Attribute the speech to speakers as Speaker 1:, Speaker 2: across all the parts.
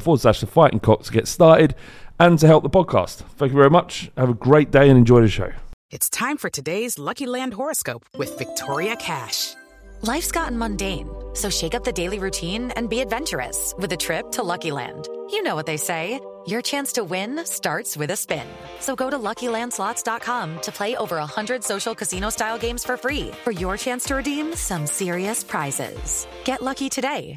Speaker 1: forward slash the fighting cock to get started and to help the podcast. Thank you very much. Have a great day and enjoy the show.
Speaker 2: It's time for today's Lucky Land horoscope with Victoria Cash.
Speaker 3: Life's gotten mundane, so shake up the daily routine and be adventurous with a trip to Lucky Land. You know what they say your chance to win starts with a spin. So go to luckylandslots.com to play over 100 social casino style games for free for your chance to redeem some serious prizes. Get lucky today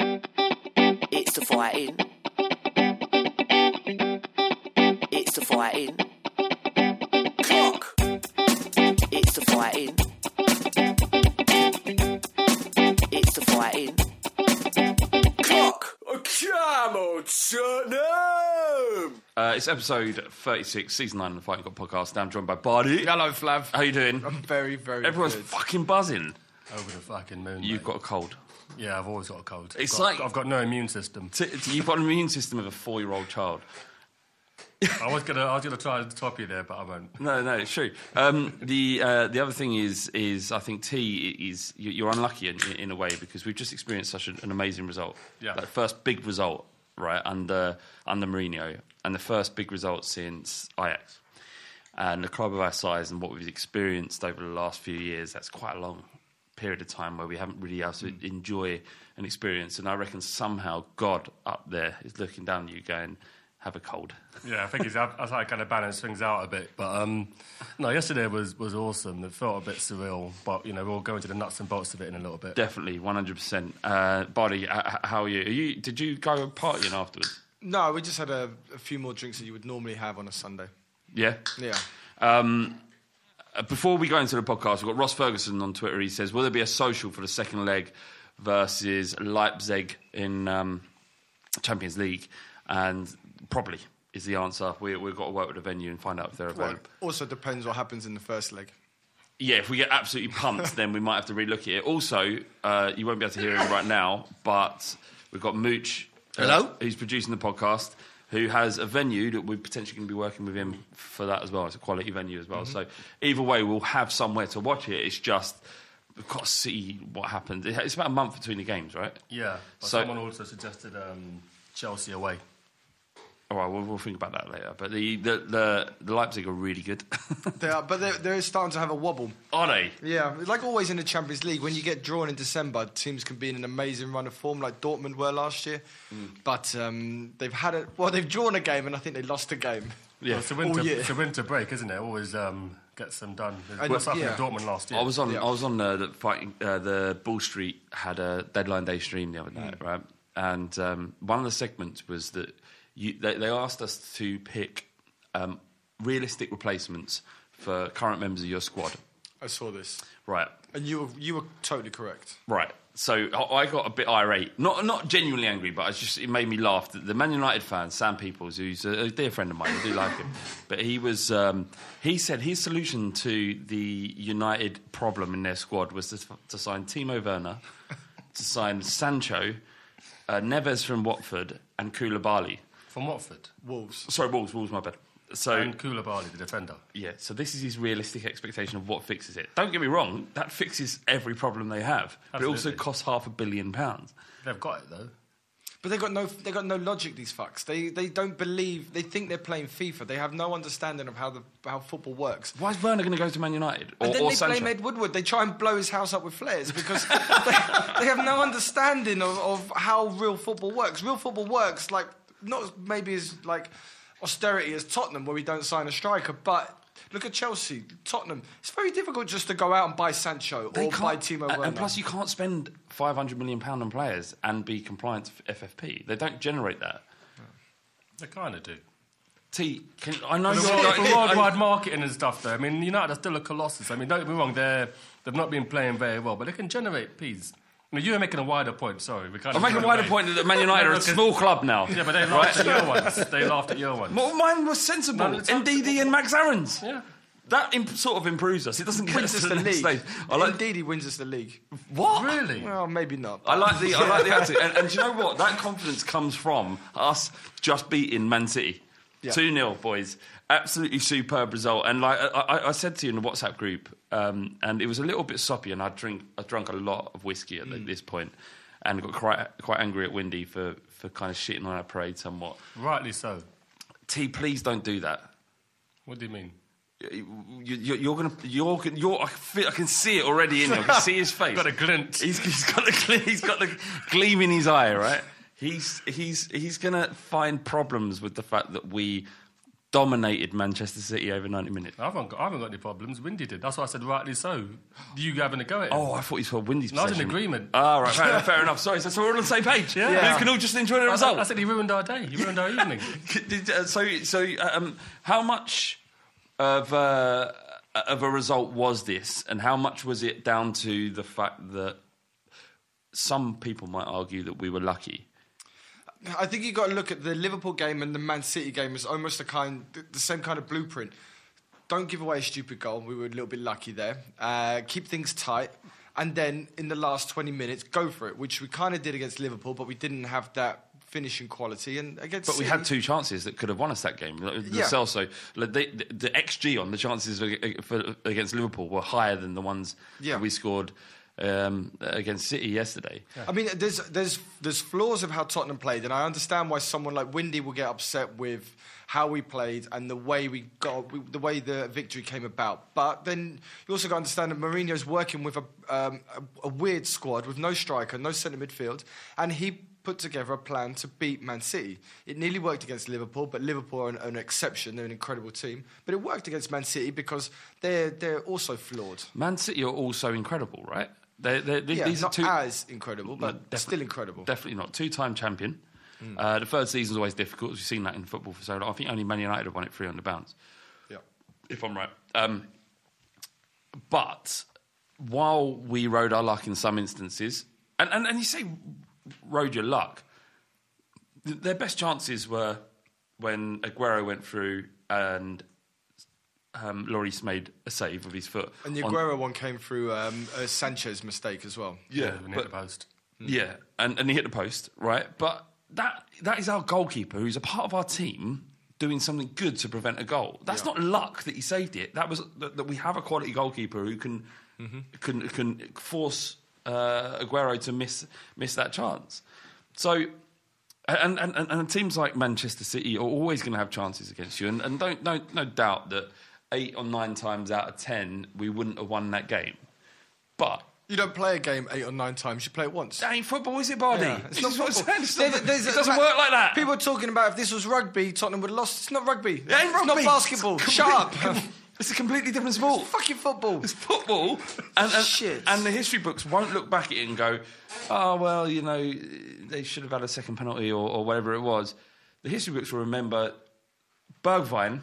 Speaker 4: It's the fighting. It's the fighting. Clock. It's the fighting. It's the fighting. Clock.
Speaker 5: Come on, Tottenham!
Speaker 6: Uh, it's episode 36, season 9 of the Fighting Cock podcast. Now I'm joined by Barney. Hello, Flav. How you doing?
Speaker 7: I'm very, very
Speaker 6: Everyone's
Speaker 7: good.
Speaker 6: fucking buzzing.
Speaker 5: Over the fucking moon.
Speaker 1: You've
Speaker 5: mate.
Speaker 1: got a cold.
Speaker 5: Yeah, I've always got a cold.
Speaker 1: It's
Speaker 5: I've got-
Speaker 1: like-
Speaker 5: I've got no immune system.
Speaker 1: T- t- you've got an immune system of a four-year-old child.
Speaker 5: I was gonna, I was gonna try to top you there, but I won't.
Speaker 1: No, no, it's true. Um, the uh, the other thing is is I think tea i- is you- you're unlucky in, in a way because we've just experienced such an, an amazing result.
Speaker 5: Yeah.
Speaker 1: Like first big result right under under Mourinho and the first big result since Ajax. And a club of our size and what we've experienced over the last few years, that's quite a long period of time where we haven't really had to enjoy an experience. And I reckon somehow God up there is looking down at you going, have a cold.
Speaker 5: Yeah, I think he's. I I think I kind of balance things out a bit, but um, no, yesterday was was awesome. It felt a bit surreal, but you know we'll go into the nuts and bolts of it in a little bit.
Speaker 1: Definitely, one hundred percent. Uh, Body, how are you? Are you? Did you go partying afterwards?
Speaker 8: No, we just had a, a few more drinks than you would normally have on a Sunday.
Speaker 1: Yeah.
Speaker 8: Yeah.
Speaker 1: Um, uh, before we go into the podcast, we've got Ross Ferguson on Twitter. He says, "Will there be a social for the second leg versus Leipzig in um, Champions League?" And probably is the answer. We, we've got to work with the venue and find out if they're available.
Speaker 8: Also depends what happens in the first leg.
Speaker 1: Yeah, if we get absolutely pumped, then we might have to relook at it. Also, uh, you won't be able to hear him right now, but we've got Mooch. uh,
Speaker 8: Hello?
Speaker 1: who's producing the podcast, who has a venue that we're potentially going to be working with him for that as well. It's a quality venue as well.
Speaker 9: Mhm.
Speaker 1: So either way, we'll have somewhere to watch it. It's just we've got to see what happens. It- It's about a month between the games, right?
Speaker 5: Yeah. But
Speaker 1: So-
Speaker 5: someone also suggested um, Chelsea away.
Speaker 1: All right, we'll, we'll think about that later. But the the, the, the Leipzig are really good,
Speaker 8: They are, but they're, they're starting to have a wobble.
Speaker 1: are they?
Speaker 8: Yeah, like always in the Champions League, when you get drawn in December, teams can be in an amazing run of form, like Dortmund were last year.
Speaker 5: Mm.
Speaker 8: But um, they've had a well, they've drawn a game, and I think they lost a game.
Speaker 5: Well, it's, a winter,
Speaker 8: all year.
Speaker 5: it's a winter break, isn't it? Always um, gets them done.
Speaker 8: I
Speaker 5: It's what's
Speaker 8: know,
Speaker 5: happened
Speaker 8: yeah.
Speaker 5: at Dortmund last year.
Speaker 1: I was on. I was on uh, the fighting. Uh, the Ball Street had a deadline day stream the other night, right? And um, one of the segments was that you, they, they asked us to pick um, realistic replacements for current members of your squad,
Speaker 8: I saw this,
Speaker 1: right?
Speaker 8: and you were you were totally correct.
Speaker 1: Right. So I I got a bit irate, not not genuinely angry, but it's just it made me laugh. The- The Man United fan, Sam Peoples, who's a a dear friend of mine, I do like him, but he was um, he said his solution to the United problem in their squad was to, to sign Timo Werner, to sign Sancho, uh, Neves from Watford, and Koulibaly.
Speaker 5: From Watford?
Speaker 8: Wolves.
Speaker 1: Sorry, Wolves. Wolves, my bad. So
Speaker 5: and Koulibaly, the defender.
Speaker 1: yeah, so this is his realistic expectation of what fixes it. Don't get me wrong, that fixes every problem they have, but it also
Speaker 5: Absolutely.
Speaker 1: costs half a billion pounds.
Speaker 5: They've got it though.
Speaker 8: But they got no they got no logic. These fucks. They they don't believe. They think they're playing FIFA. They have no understanding of how the how football works.
Speaker 1: Why is Werner going to go to Man United or,
Speaker 8: and then
Speaker 1: or
Speaker 8: they
Speaker 1: Sancho?
Speaker 8: blame Ed Woodward. They try and blow his house up with flares because they, they have no understanding of, of how real football works. Real football works like not maybe as like austerity as Tottenham, where we don't sign a striker, but. Look at Chelsea, Tottenham. It's very difficult just to go out and buy Sancho
Speaker 1: They
Speaker 8: or buy
Speaker 1: can't-
Speaker 8: Timo
Speaker 1: and-
Speaker 8: Werner.
Speaker 1: And plus, you can't spend five hundred million pound on players and be compliant to f- FFP. They don't generate that.
Speaker 5: They kind of do.
Speaker 1: T, can, I know
Speaker 5: For the,
Speaker 1: you're
Speaker 5: world,
Speaker 1: like-
Speaker 5: for worldwide marketing and stuff, though. I mean, United are still a colossus. I mean, don't get me wrong; they're they've not been playing very well, but they can generate peas. I mean, you were making a wider point. Sorry, we kind
Speaker 1: I'm
Speaker 5: of
Speaker 1: making a
Speaker 5: went
Speaker 1: wider
Speaker 5: away.
Speaker 1: point that Man United
Speaker 5: No,
Speaker 1: are a
Speaker 5: because-
Speaker 1: small club now.
Speaker 5: Yeah, but they laughed
Speaker 1: Right?
Speaker 5: at your ones. They laughed at your ones.
Speaker 1: Well, mine was sensible.
Speaker 5: No, it's not-
Speaker 1: NDD and Max Aaron's.
Speaker 5: Yeah.
Speaker 1: That imp- sort of improves us. It doesn't get us
Speaker 8: wins
Speaker 1: to
Speaker 8: us
Speaker 1: the
Speaker 8: the
Speaker 1: next
Speaker 8: league.
Speaker 1: stage. I like,
Speaker 8: Indeed, he wins us the league.
Speaker 1: What?
Speaker 5: Really?
Speaker 8: Well, maybe not.
Speaker 1: I like the I like the attitude, and, and do you know what? That confidence comes from us just beating Man City,
Speaker 8: Yeah.
Speaker 1: two 0 boys. Absolutely superb result. And like I, I, I said to you in the WhatsApp group, um, and it was a little bit soppy, and I drink I drunk a lot of whiskey at
Speaker 8: Mm.
Speaker 1: this point, and got quite quite angry at Windy for for kind of shitting on our parade somewhat.
Speaker 5: Rightly so.
Speaker 1: T, please don't do that.
Speaker 5: What do you mean?
Speaker 1: You, you, you're gonna, you're, gonna- you're. I feel, I can see it already in him. I can see his face.
Speaker 5: Got a glint.
Speaker 1: He's, he's got the, gle- he's got the gleam in his eye, right? He's, he's, he's gonna find problems with the fact that we dominated Manchester City over ninety minutes.
Speaker 5: I haven't got, I haven't got any problems. Windy did. That's why I said rightly so. You having a go at him?
Speaker 1: Oh, I thought you said Windy's.
Speaker 5: No, I was in
Speaker 1: possession.
Speaker 5: agreement.
Speaker 1: Ah, right, fair, fair enough. Sorry, so, so we're all on the same page.
Speaker 5: Yeah.
Speaker 1: we can all just enjoy the
Speaker 5: I,
Speaker 1: result.
Speaker 5: I, said he ruined our day. He ruined our evening.
Speaker 1: Did, uh, so, so um, how much of uh, of a result was this, and how much was it down to the fact that some people might argue that we were lucky?
Speaker 8: I think you got to look at the Liverpool game and the Man City game as almost the kind, the same kind of blueprint. Don't give away a stupid goal. We were a little bit lucky there. Uh, keep things tight, and then in the last 20 minutes go for it, which we kind of did against Liverpool, but we didn't have that finishing quality. And against
Speaker 1: But we
Speaker 8: City-
Speaker 1: had two chances that could have won us that game. Like, The
Speaker 8: Yeah.
Speaker 1: Celso, like, they- the, the XG on the chances ag- for, against Liverpool were higher than the ones
Speaker 8: Yeah.
Speaker 1: that we scored um, against City yesterday.
Speaker 8: I mean, there's there's there's flaws of how Tottenham played, and I understand why someone like Windy will get upset with how we played and the way we got we- the way the victory came about. But then you also got to understand that Mourinho's working with a, um, a, a weird squad with no striker, no centre midfield, and he put together a plan to beat Man City. It nearly worked against Liverpool, but Liverpool are an, an exception. They're an incredible team, but it worked against Man City because they're they're also flawed.
Speaker 1: Man City are also incredible, right? They're, they're, they
Speaker 8: Yeah,
Speaker 1: these
Speaker 8: not
Speaker 1: are two,
Speaker 8: as incredible, but
Speaker 1: defi-
Speaker 8: still incredible. Hmm.
Speaker 1: Definitely not. Two time champion. Uh, the third season's always difficult. We've seen that in football for so long. I think only Man United have won it three on the bounce,
Speaker 8: Yeah.
Speaker 1: if I'm right. Um, but while we rode our luck in some instances, and, and, and you say rode your luck, th- their best chances were when Aguero went through and um, Lloris made a save with his foot.
Speaker 8: And the
Speaker 1: on-
Speaker 8: Aguero one came through um, a Sanchez mistake as well.
Speaker 1: Yeah,
Speaker 5: we
Speaker 1: but-
Speaker 5: hit the post. Mm.
Speaker 1: Yeah, and, and he hit the post, right? But that that is our goalkeeper who's a part of our team doing something good to prevent a goal. That's not luck that he saved it. That was that, that we have a quality goalkeeper who can
Speaker 5: Mm-hmm.
Speaker 1: can can force uh, Aguero to miss miss that chance. So and, and, and, and teams like Manchester City are always going to have chances against you. And, and don't, no, no doubt that eight or nine times out of ten, we wouldn't have won that game. But
Speaker 8: You don't play a game eight or nine times, you play it once.
Speaker 1: that ain't football, is it, Bardi?
Speaker 8: Yeah,
Speaker 1: It's not what I'm
Speaker 8: football.
Speaker 1: saying. It's
Speaker 8: There-
Speaker 1: not-
Speaker 8: there's
Speaker 1: it
Speaker 8: a-
Speaker 1: doesn't work like that.
Speaker 8: People are talking about if this was rugby, Tottenham would have lost. It's not rugby.
Speaker 1: it ain't rugby.
Speaker 8: It's not basketball.
Speaker 1: It's
Speaker 8: Shut up.
Speaker 1: complete- It's a completely different sport.
Speaker 8: Fucking football.
Speaker 1: It's football, and and,
Speaker 8: Shit.
Speaker 1: and the history books won't look back at it and go, "Oh well, you know, they should have had a second penalty or, or whatever it was." The history books will remember Bergwijn,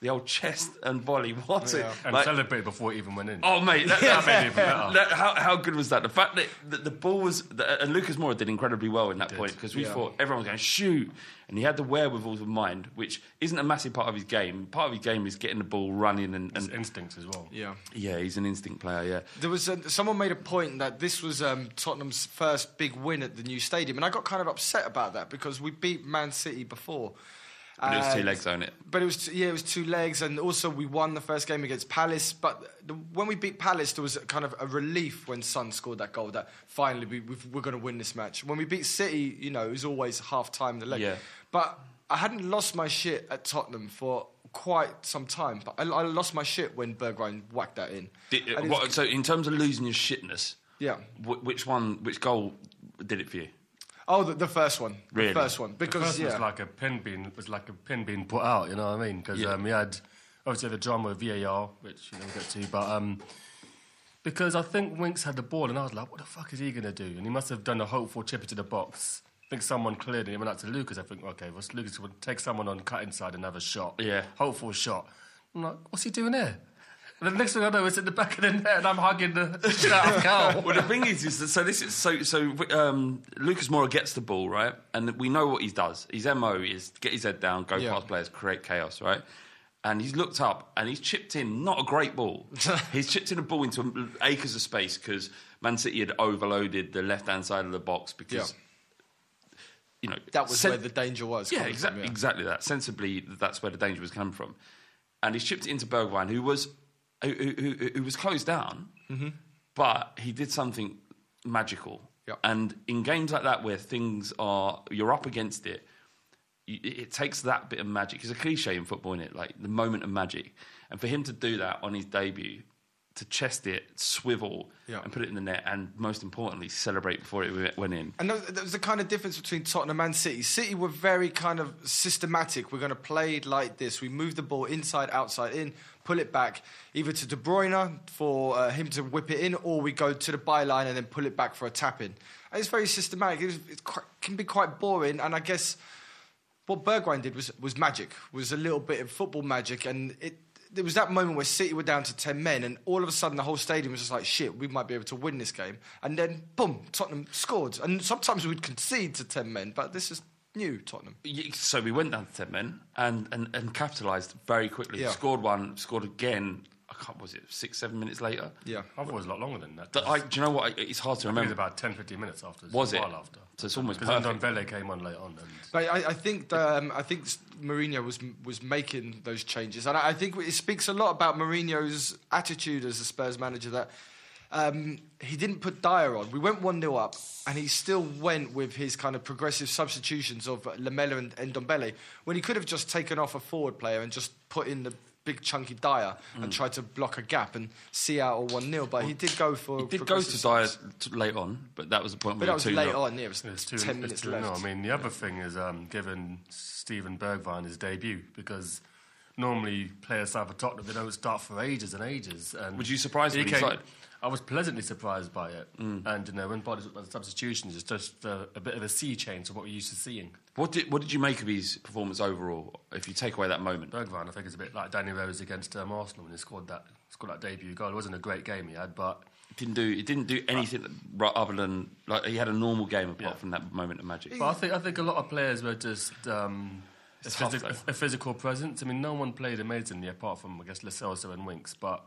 Speaker 1: the old chest and volley. What it?
Speaker 5: And
Speaker 1: Like-
Speaker 5: celebrate before it even went in.
Speaker 1: Oh mate, that, that
Speaker 5: made it even better.
Speaker 1: that- how, how good was that? The fact that the, the ball was that, and Lucas Moura did incredibly well in that point because we
Speaker 8: Yeah.
Speaker 1: thought everyone was going shoot, and he had the wherewithal of mind, which isn't a massive part of his game. Part of his game is getting the ball running and,
Speaker 5: It's
Speaker 1: and
Speaker 5: instincts as well.
Speaker 8: Yeah.
Speaker 1: yeah, he's an instinct player. Yeah,
Speaker 8: There was a, someone made a point that this was um, Tottenham's first big win at the new stadium, and I got kind of upset about that because we beat Man City before.
Speaker 1: but it was two
Speaker 8: And-
Speaker 1: legs on it.
Speaker 8: But it was t- yeah, it was two legs, and also we won the first game against Palace. But the, when we beat Palace, there was kind of a relief when Sun scored that goal that finally we, we've, we're going to win this match. When we beat City, you know, it was always half time the leg.
Speaker 1: Yeah.
Speaker 8: But I hadn't lost my shit at Tottenham for quite some time. But I, I lost my shit when Bergwijn whacked that in.
Speaker 1: Did- uh,
Speaker 8: And it was-
Speaker 1: what- so in terms of losing your shitness,
Speaker 8: Yeah.
Speaker 1: wh- which one, which goal did it for you?
Speaker 8: oh, the, the first one,
Speaker 1: Really?
Speaker 8: the first one, because
Speaker 5: the first
Speaker 8: yeah,
Speaker 5: was like a pin being was like a pin being put out. You know what I mean? Because um, we had obviously the drama of VAR, which you know, we'll get to, but um, because I think Winks had the ball, and I was like, what the fuck is he gonna do? And he must have done a hopeful chipper to the box. I think someone cleared it. It went out to Lucas. I think okay, well, Lucas would take someone on cut inside and have a shot.
Speaker 1: Yeah.
Speaker 5: hopeful shot. I'm like, what's he doing there? And the next thing I know, it's in the back of the net, and I'm hugging the shit out of Carl.
Speaker 1: well, the thing is, is that, so this is so so. Um, Lucas Moura gets the ball right, and we know what he does. His mo is get his head down, go
Speaker 8: Yeah.
Speaker 1: past players, create chaos, right? And he's looked up and he's chipped in, not a great ball. he's chipped in a ball into acres of space because Man City had overloaded the left hand side of the box because
Speaker 8: Yeah.
Speaker 1: you know
Speaker 8: that was
Speaker 1: cent-
Speaker 8: where the danger was.
Speaker 1: yeah,
Speaker 8: coming from,
Speaker 1: exactly, exactly that. Sensibly, that's where the danger was coming from. And he shipped it into Bergwijn, who was who, who, who- who was closed down,
Speaker 8: Mm-hmm.
Speaker 1: but he did something magical.
Speaker 8: Yep.
Speaker 1: And in games like that, where things are you're up against it, you- it it takes that bit of magic. It's a cliche in football, is it? Like the moment of magic. And for him to do that on his debut, to chest it, swivel,
Speaker 8: Yeah.
Speaker 1: and put it in the net, and most importantly, celebrate before it went in.
Speaker 8: And that, that was the kind of difference between Tottenham and City. City were very kind of systematic. We're going to play like this. We move the ball inside, outside, in, pull it back, either to De Bruyne for uh, him to whip it in, or we go to the byline and then pull it back for a tap in. And it's very systematic. It, was, it's quite, can be quite boring, and I guess what Bergwijn did was was magic. Was a little bit of football magic, and it. There was that moment where City were down to ten men, and all of a sudden the whole stadium was just like, "Shit, we might be able to win this game." And then, boom, Tottenham scored. And sometimes we'd concede to ten men, but this is new Tottenham.
Speaker 1: Ye- so we went down to 10 men and, and, and capitalised very quickly.
Speaker 8: Yeah.
Speaker 1: Scored one, scored again. I can't, what was it six, seven minutes later?
Speaker 8: Yeah,
Speaker 5: I thought it was a lot longer than that.
Speaker 1: Th- I, do you know what? I- It's hard to
Speaker 5: I think it
Speaker 1: remember.
Speaker 5: was about 10, 15 minutes after.
Speaker 1: Was
Speaker 5: a
Speaker 1: it?
Speaker 5: while after.
Speaker 1: So it's almost
Speaker 5: Because
Speaker 1: perfect.
Speaker 5: Andon Vele came on later on. And
Speaker 8: But I, I think um, I think Mourinho was was making those changes, and I, I think it speaks a lot about Mourinho's attitude as a Spurs manager that um, he didn't put Dyer on. We went one 0 up, and he still went with his kind of progressive substitutions of Lamella and, and Dombele when he could have just taken off a forward player and just put in the. Big chunky Dyer and
Speaker 1: Mm.
Speaker 8: tried to block a gap and see out a one 0 but he did go for.
Speaker 1: He did go
Speaker 8: progressive
Speaker 1: to Dyer t- late on, but that was the point
Speaker 8: But
Speaker 1: where
Speaker 8: that
Speaker 1: it two
Speaker 8: was late
Speaker 1: nil.
Speaker 8: on, yeah, it was
Speaker 5: it's two,
Speaker 8: 10
Speaker 5: it's
Speaker 8: minutes
Speaker 5: two,
Speaker 8: left.
Speaker 5: No, I mean, the other thing is um, giving Steven Bergvine his debut because normally players have a top that they don't start for ages and ages. And
Speaker 1: Was you surprised
Speaker 5: he
Speaker 1: when he
Speaker 5: came-
Speaker 1: started?
Speaker 5: I was pleasantly surprised by it.
Speaker 1: Mm.
Speaker 5: And, you know, when Bodies by the substitutions, it's just uh, a bit of a sea change to what we're used to seeing.
Speaker 1: What did what did you make of his performance overall? If you take away that moment,
Speaker 5: Bergvine, I think it's a bit like Danny Rose against um, Arsenal when he scored that scored that debut goal. It wasn't a great game he had, but
Speaker 1: didn't do it didn't do anything ri- other than like he had a normal game apart from that moment of magic.
Speaker 5: But I think I think a lot of players were just um, a,
Speaker 1: It's tough,
Speaker 5: physi- a physical presence. I mean, no one played amazingly apart from I guess Lacelso and Winks, but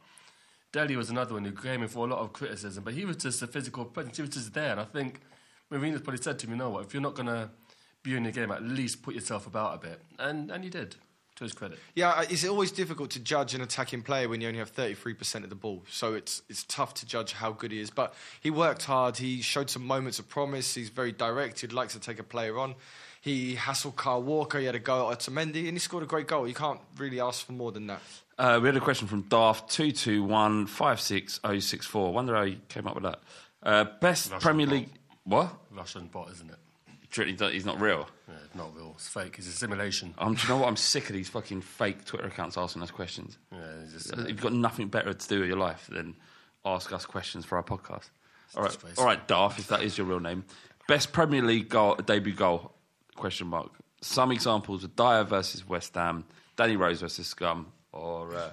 Speaker 5: Delhi was another one who came in for a lot of criticism. But he was just a physical presence. He was just there, and I think Mourinho's probably said to him, "You know what? If you're not going to be in the game, at least put yourself about a bit." And and he did, to his credit.
Speaker 8: Yeah, I- it's always difficult to judge an attacking player when you only have thirty three percent of the ball. So it's it's tough to judge how good he is. But he worked hard. He showed some moments of promise. He's very directed. Likes to take a player on. He hassled Carl Walker. He had a go at Otamendi, and he scored a great goal. You can't really ask for more than that.
Speaker 1: Uh, we had a question from Daft two two one five six oh six four. Wonder how he came up with that. Uh, best Premier League. What?
Speaker 5: Russian bot, isn't it?
Speaker 1: He's not- he's not real.
Speaker 5: Yeah, it's not real. It's fake. It's a simulation.
Speaker 1: Um, do you know what? I'm sick of these fucking fake Twitter accounts asking us questions.
Speaker 5: Yeah, it's just,
Speaker 1: You've got nothing better to do with your life than ask us questions for our podcast. All right,
Speaker 5: disgraceful.
Speaker 1: all right, Darth, if that is your real name. Best Premier League goal, debut goal? Question mark. Some examples are Dyer versus West Ham, Danny Rose versus Scum, or uh,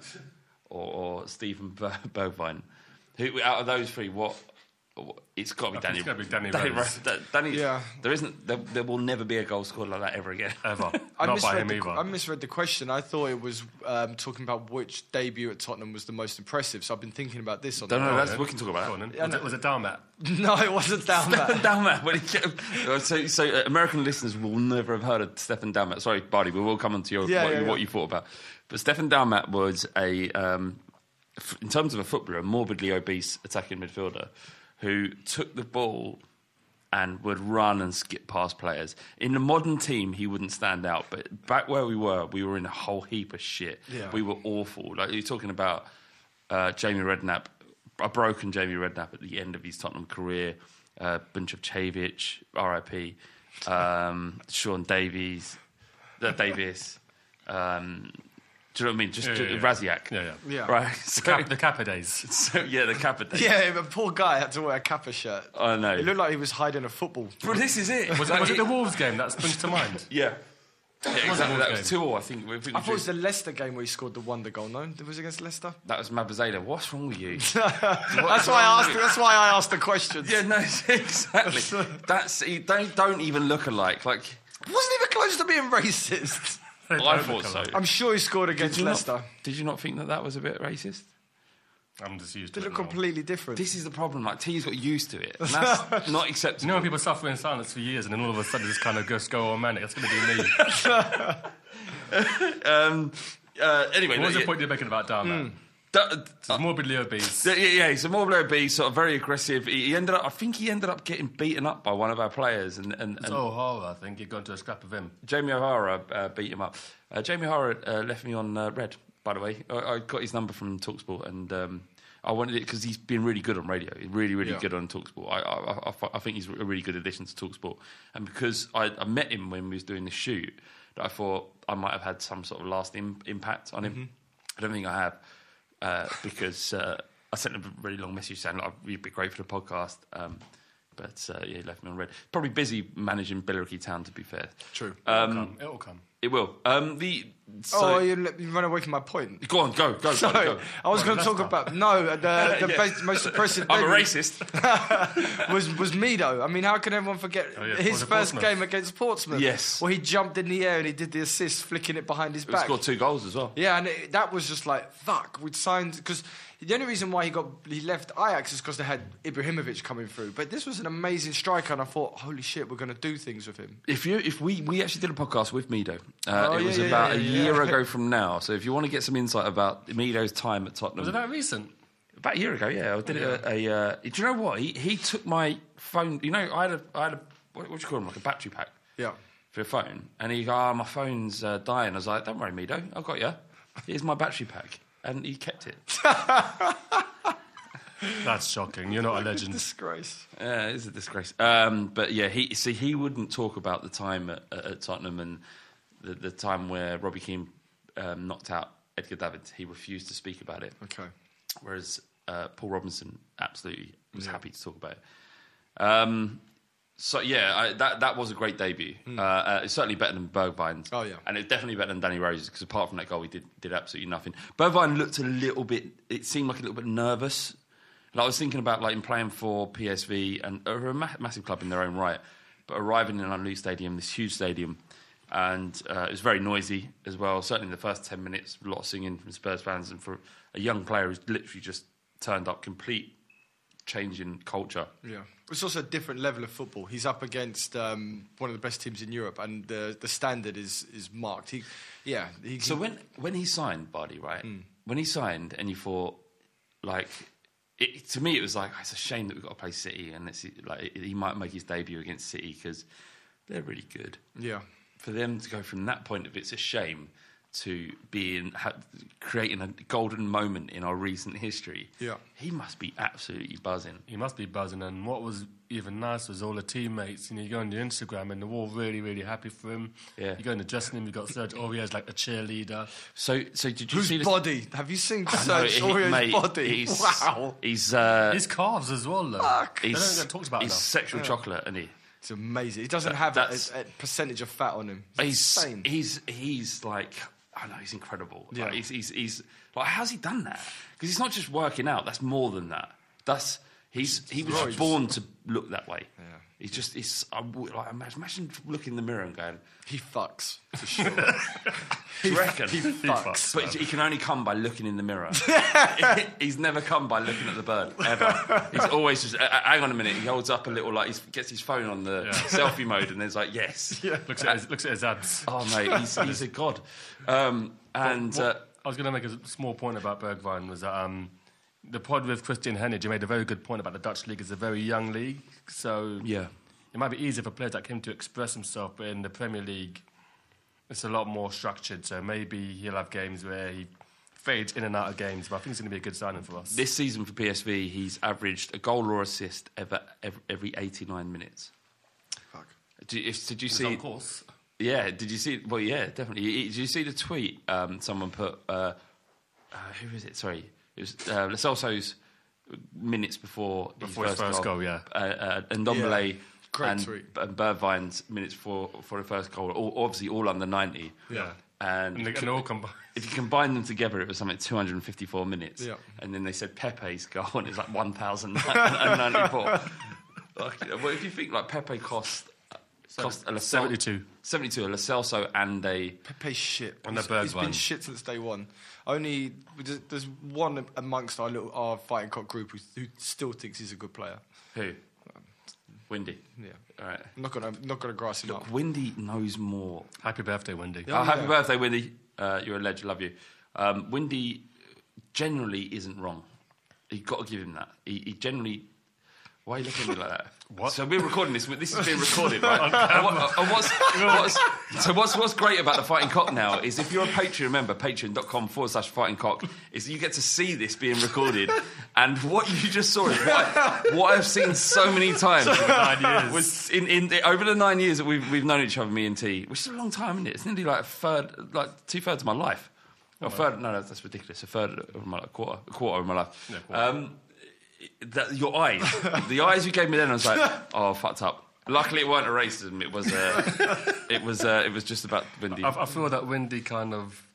Speaker 1: or, or Stephen Ber- Bergwijn. Who out of those three? What? what- It's got to be
Speaker 5: I think
Speaker 1: Danny.
Speaker 5: it's gotta be Danny Rose.
Speaker 1: Da- Danny. There isn't. There, there will never be a goal scored like that ever again.
Speaker 5: Ever.
Speaker 8: misread the, I misread the question. I thought it was um, talking about which debut at Tottenham was the most impressive. So I've been thinking about this. On
Speaker 1: Don't
Speaker 8: the
Speaker 1: know.
Speaker 8: way.
Speaker 1: That's, we can talk about
Speaker 5: on
Speaker 1: that.
Speaker 5: then. Was it- was it down that?
Speaker 8: No, it wasn't down that.
Speaker 1: Stefan Dalmat. When he came- so, so uh, American listeners will never have heard of Stefan Dalmat. Sorry, Barty, we will come on to your,
Speaker 8: Yeah,
Speaker 1: what,
Speaker 8: yeah,
Speaker 1: you- what
Speaker 8: yeah.
Speaker 1: you thought about. But Stefan Dalmat was a, um, f- in terms of a footballer, a morbidly obese attacking midfielder who took the ball and would run and skip past players. In the modern team, he wouldn't stand out. But back where we were, we were in a whole heap of shit.
Speaker 8: Yeah.
Speaker 1: We were awful. Like you're talking about uh, Jamie Redknapp, a broken Jamie Redknapp at the end of his Tottenham career. Uh, bunch of Chavich, RIP. Um, Sean Davies, uh, Davis. Um, do you know what I mean? Just,
Speaker 5: Yeah, yeah,
Speaker 1: just-
Speaker 5: yeah.
Speaker 1: Raziak.
Speaker 5: Yeah, yeah. Yeah.
Speaker 1: Right.
Speaker 5: The Cap- the Kappa days.
Speaker 1: So, yeah, the Kappa days.
Speaker 8: Yeah, but poor guy had to wear a Kappa shirt.
Speaker 1: I know.
Speaker 8: It looked like he was hiding a football.
Speaker 1: But this is it.
Speaker 5: Was, it, was it the Wolves game that springs to mind?
Speaker 1: Yeah. Yeah,
Speaker 5: Wasn't
Speaker 1: exactly.
Speaker 5: Wolves
Speaker 1: That was
Speaker 5: game.
Speaker 1: two all. I think. I think
Speaker 8: I
Speaker 1: we
Speaker 8: thought it
Speaker 1: drew-
Speaker 8: was the Leicester game where he scored the wonder goal. No, it was against Leicester.
Speaker 1: That was Mabazela. What's wrong with you?
Speaker 8: That's why I asked. That's why I asked the question.
Speaker 1: Yeah, no, exactly. That's you don't don't even look alike. Like
Speaker 8: Wasn't even close to being racist.
Speaker 1: I thought so.
Speaker 8: I'm sure he scored against
Speaker 1: you not-
Speaker 8: Leicester.
Speaker 1: Did you not think that that was a bit racist?
Speaker 5: I'm just used
Speaker 8: They look completely different.
Speaker 1: This is the problem. Like T's got used to it. And that's not acceptable.
Speaker 5: You know when people suffer in silence for years and then all of a sudden just kind of just go on manic? That's going to be me.
Speaker 1: Um, uh, anyway,
Speaker 5: what was
Speaker 1: look,
Speaker 5: the point you're making about
Speaker 8: Hmm.
Speaker 5: Darman?
Speaker 1: He's
Speaker 5: morbidly obese.
Speaker 1: Yeah, yeah, yeah, he's a morbidly obese, sort of very aggressive. He, he ended up, I think he ended up getting beaten up by one of our players, and and, and
Speaker 5: It's O'Hara, Oh, I think. You've gone to a scrap of him.
Speaker 1: Jamie O'Hara uh, beat him up. Uh, Jamie O'Hara uh, left me on uh, red, by the way. I, I got his number from Talksport, and um, I wanted it because he's been really good on radio. He's really, really
Speaker 5: Yeah.
Speaker 1: good on Talksport. I, I, I- I, fi- I think he's a really good addition to Talksport. And because I, I met him when we was doing the shoot, that I thought I might have had some sort of lasting im- impact on him. I don't think I have uh, because uh, I sent him a really long message saying like, you'd be great for the podcast. Um, but uh, yeah, he left me on red. Probably busy managing Billericay Town, to be fair.
Speaker 5: True.
Speaker 1: Um,
Speaker 5: It'll come.
Speaker 1: It will. Um, the so,
Speaker 8: oh, you, let me run away from my point.
Speaker 1: Go on, go, go.
Speaker 8: So,
Speaker 1: go, go.
Speaker 8: I was
Speaker 1: Go
Speaker 8: going
Speaker 1: on,
Speaker 8: to talk
Speaker 1: Leicester.
Speaker 8: about no the, the
Speaker 1: Yeah.
Speaker 8: best, most impressive.
Speaker 1: I'm a
Speaker 8: debut
Speaker 1: racist. Oh,
Speaker 8: was was Mido. I mean, how can everyone forget
Speaker 1: yeah,
Speaker 8: his
Speaker 1: Portsmouth.
Speaker 8: first game against Portsmouth?
Speaker 1: Yes.
Speaker 8: where he jumped in the air and he did the assist, flicking it behind his
Speaker 1: He
Speaker 8: back.
Speaker 1: scored two goals as well.
Speaker 8: Yeah, and it, that was just like fuck. We'd signed because the only reason why he got he left Ajax is because they had Ibrahimovic coming through. But this was an amazing striker, and I thought, holy shit, we're going to do things with him.
Speaker 1: If you, if we, we actually did a podcast with Mido. Uh,
Speaker 8: Oh,
Speaker 1: it
Speaker 8: yeah,
Speaker 1: was
Speaker 8: yeah,
Speaker 1: about
Speaker 8: yeah,
Speaker 1: a
Speaker 8: yeah.
Speaker 1: year ago from now. So if you want to get some insight about Mido's time at Tottenham,
Speaker 5: Was it that recent?
Speaker 1: About a year ago, yeah, I did a. a uh, do you know what? He, he took my phone. You know, I had a, I had a what, what do you call them? Like a battery pack
Speaker 8: Yeah.
Speaker 1: for a phone. And he, ah, my phone's uh, dying. I was like, don't worry, Mido, I've got you. Here's my battery pack, and he kept it.
Speaker 5: That's shocking. You're not a
Speaker 1: Mm.
Speaker 5: legend.
Speaker 8: Disgrace.
Speaker 1: Yeah, Uh, it's a disgrace. Um, but yeah, he see he wouldn't talk about the time at, at, at Tottenham and the, the time where Robbie Keane um, knocked out Edgar David. He refused to speak about it.
Speaker 8: Okay.
Speaker 1: Whereas uh, Paul Robinson absolutely was happy to talk about it. Um, so yeah, I, that that was a great debut. Uh, uh, it's certainly better than Bergvine.
Speaker 8: Hmm. Oh, yeah.
Speaker 1: and it's definitely better than Danny Rose because apart from that goal, he did did absolutely nothing. Bergvine looked a little bit. It seemed like a little bit nervous. Like I was thinking about like him playing for PSV and are a ma- massive club in their own right, but arriving in an new stadium, this huge stadium, and uh, it was very noisy as well. Certainly in the first ten minutes, a lot of singing from Spurs fans, and for a young player who's literally just turned up, complete change in culture.
Speaker 8: Yeah, it's also a different level of football. He's up against um, one of the best teams in Europe, and the the standard is is marked. He, yeah, he,
Speaker 1: So when when he signed Bardi, right?
Speaker 8: Hmm.
Speaker 1: When he signed, and you thought, like, it, to me, it was like it's a shame that we've got to play City, and it's like he might make his debut against City because they're really good.
Speaker 8: yeah,
Speaker 1: For them to go from that point of it's a shame to being ha- creating a golden moment in our recent history.
Speaker 5: Yeah.
Speaker 1: he must be absolutely buzzing.
Speaker 5: He must be buzzing. And what was even nice was all the teammates. You know, you go on your Instagram and they're all really, really happy for him.
Speaker 1: Yeah.
Speaker 5: You go into dressing room, you've got Serge Aurier's like a cheerleader.
Speaker 1: So, so did you
Speaker 8: whose
Speaker 1: see this?
Speaker 8: body? Have you seen
Speaker 1: I know,
Speaker 8: Serge
Speaker 1: he-
Speaker 8: Aurier's
Speaker 1: mate,
Speaker 8: body?
Speaker 1: he's-
Speaker 8: Wow,
Speaker 1: he's uh,
Speaker 5: His calves as well, though.
Speaker 8: Fuck.
Speaker 5: They don't
Speaker 1: he's,
Speaker 5: get talked about
Speaker 1: he's
Speaker 5: enough.
Speaker 1: sexual chocolate, isn't he?
Speaker 8: it's amazing. He doesn't
Speaker 1: That-
Speaker 8: have a,
Speaker 1: that's-
Speaker 8: a percentage of fat on him. It's
Speaker 1: He's
Speaker 8: insane.
Speaker 1: he's he's like I know he's incredible. Like,
Speaker 8: Yeah.
Speaker 1: he's, he's he's like how's he done that? Because he's not just working out. That's more than that. That's he's he was
Speaker 8: Steroids.
Speaker 1: born to look that way. Yeah. He's just he's I w like imagine, imagine looking in the mirror and going.
Speaker 8: he fucks for sure.
Speaker 1: Do you reckon?
Speaker 8: fucks,
Speaker 1: but he can only come by looking in the mirror. He- he's never come by looking at the bird ever. He's always just uh, uh, hang on a minute. He holds up a little like he gets his phone on the
Speaker 5: Yeah.
Speaker 1: selfie mode and there's like yes.
Speaker 5: Looks at, his, looks at his abs.
Speaker 1: Oh mate, he's, he's a god. Um, and
Speaker 5: What-
Speaker 1: uh,
Speaker 5: I was going to make a small point about Bergwijn was that um, the pod with Christian Hennage, you made a very good point about the Dutch league is a very young league, so
Speaker 1: uh, Yeah.
Speaker 5: it might be easier for players like him to express himself, but in the Premier League, it's a lot more structured. So maybe he'll have games where he fades in and out of games, but I think it's going to be a good signing for us.
Speaker 1: this season for PSV, he's averaged a goal or assist ever, ev every 89 minutes.
Speaker 8: Fuck.
Speaker 1: Did you, if- did you
Speaker 5: It's on
Speaker 1: see?
Speaker 5: course.
Speaker 1: Yeah, did you see? Well, yeah, definitely. Y- Did you see the tweet um, someone put? Uh, uh, who was it? Sorry, it was uh, Lo Celso's minutes before,
Speaker 5: Before his first goal, yeah.
Speaker 1: uh, uh, and Dombele
Speaker 8: Yeah, great
Speaker 1: and,
Speaker 8: tweet.
Speaker 1: and Bergwijn's minutes for for the first goal. were All, obviously, all under 90.
Speaker 5: Yeah.
Speaker 1: and,
Speaker 5: And they
Speaker 1: if
Speaker 5: can
Speaker 1: you-
Speaker 5: all combine.
Speaker 1: if you combine them together, it was something 254 minutes.
Speaker 8: Yeah.
Speaker 1: And then they said Pepe's goal, and it's like 1,094. Fucking hell. well, if you think like Pepe cost cost a Lo Cel-
Speaker 5: 72.
Speaker 1: 72, a Lo Celso and a
Speaker 8: Pepe's shit.
Speaker 5: And
Speaker 8: he's,
Speaker 5: the bird
Speaker 8: he's
Speaker 5: one.
Speaker 8: been shit since day one. Only there's, there's one amongst our little our fighting cock group who, who still thinks he's a good player.
Speaker 1: who? Windy.
Speaker 8: Yeah.
Speaker 1: All right.
Speaker 8: I'm not gonna I'm not gonna grass him up.
Speaker 1: Look, Windy knows more.
Speaker 5: Happy birthday, Wendy.
Speaker 1: Oh, happy birthday, Windy. Uh, you're a legend. Love you. Um, Windy generally isn't wrong. You've got to give him that. He, he generally. Why are you looking at me like that?
Speaker 5: What?
Speaker 1: So we're recording this. This is being recorded, right? and what, and what's, what's, so what's what's great about the Fighting Cock now is if you're a Patreon member, patreon.com forward slash Fighting Cock, is you get to see this being recorded. And what you just saw is what, I, what I've seen so many times
Speaker 5: Nine years.
Speaker 1: was in, in the, over the nine years that we've we've known each other, me and T, which is a long time, isn't it? It's nearly like a third, like two thirds of my life. A third? No, no, that's ridiculous. A third of my life, quarter, a quarter of my life.
Speaker 5: quarter.
Speaker 1: Um, that, your eyes, the eyes you gave me then, I was like, oh, fucked up. Luckily, it weren't a racism. It was a, it was a, it was just about Wendy.
Speaker 5: I, I feel that Wendy kind of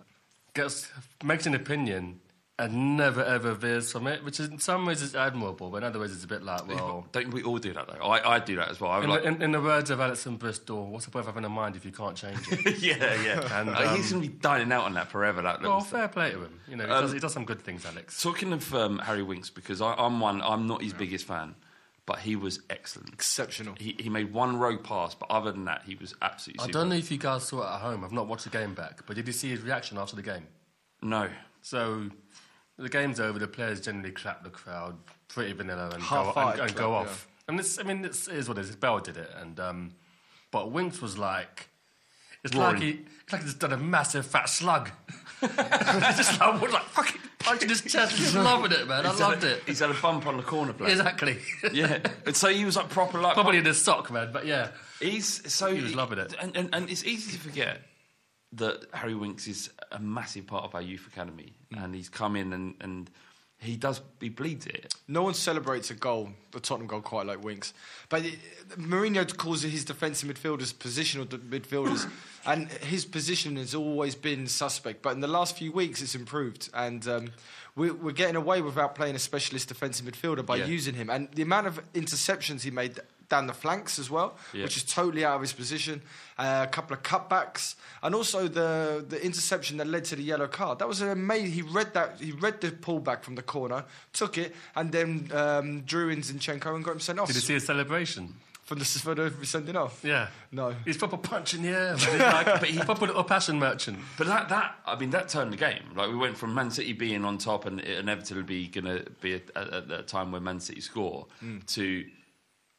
Speaker 5: gets makes an opinion and never ever veers from it, which is, in some ways is admirable, but in other ways it's a bit like, well,
Speaker 1: Don't we all do that though? I, I do that as well. I'm
Speaker 5: in,
Speaker 1: like,
Speaker 5: the, in, in the words of Alison Bristol, what's the point of having a mind if you can't change it?
Speaker 1: yeah, yeah.
Speaker 5: And,
Speaker 1: Like, he's
Speaker 5: um,
Speaker 1: going to
Speaker 5: Oh,
Speaker 1: be dining out on that forever. That
Speaker 5: well,
Speaker 1: little
Speaker 5: fair play to him. You know, he,
Speaker 1: Um,
Speaker 5: does, he does some good things, Alex.
Speaker 1: Talking of um, Harry Winks, because I, I'm one, I'm not his biggest fan, but he was excellent,
Speaker 8: exceptional.
Speaker 1: He, he made one rogue pass, but other than that, he was absolutely.
Speaker 5: I
Speaker 1: super.
Speaker 5: don't know if you guys saw it at home. I've not watched the game back, but did you see his reaction after the game?
Speaker 1: No.
Speaker 5: So the game's over. The players generally clap the crowd, pretty vanilla, and
Speaker 8: Half
Speaker 5: go,
Speaker 8: five
Speaker 5: and, and
Speaker 8: clap,
Speaker 5: go
Speaker 8: yeah.
Speaker 5: off. And it's, I mean, it's, it is what it is. Bell did it, and um, but Winks was like, it's like he, it's like he's done a massive fat slug. it's just like, what, like fucking punching his chest. He's loving it, man. I
Speaker 1: He's had
Speaker 5: loved
Speaker 1: a-
Speaker 5: it.
Speaker 1: He's had a bump on the corner, plate.
Speaker 5: Exactly.
Speaker 1: yeah. And so he was like proper like
Speaker 5: Probably in his sock, man. But yeah,
Speaker 1: He's so
Speaker 5: He was loving it.
Speaker 1: and, and and it's easy to forget that Harry Winks is a massive part of our youth academy,
Speaker 5: Mm.
Speaker 1: and he's come in and and he does he bleeds it.
Speaker 8: No one celebrates a goal, the Tottenham goal, quite like Winks. But it, Mourinho calls it his defensive midfielders positional d- midfielders, and his position has always been suspect. But in the last few weeks, it's improved, and um, we, we're getting away without playing a specialist defensive midfielder by
Speaker 1: Yeah.
Speaker 8: using him. And the amount of interceptions he made down the flanks as well,
Speaker 1: Yeah.
Speaker 8: which is totally out of his position. Uh, a couple of cutbacks, and also the the interception that led to the yellow card. That was an amazing. He read that. He read the pullback from the corner, took it, and then um, drew in Zinchenko and got him sent off
Speaker 5: did you see his celebration?
Speaker 8: from the for the sending off.
Speaker 5: Yeah.
Speaker 8: No.
Speaker 5: He's proper punching the air. man. He's like, but he's proper little passion merchant.
Speaker 1: But that that I mean that turned the game. Like we went from Man City being on top and it inevitably going to be a, a, a- a time where Man City score
Speaker 5: Hmm.
Speaker 1: to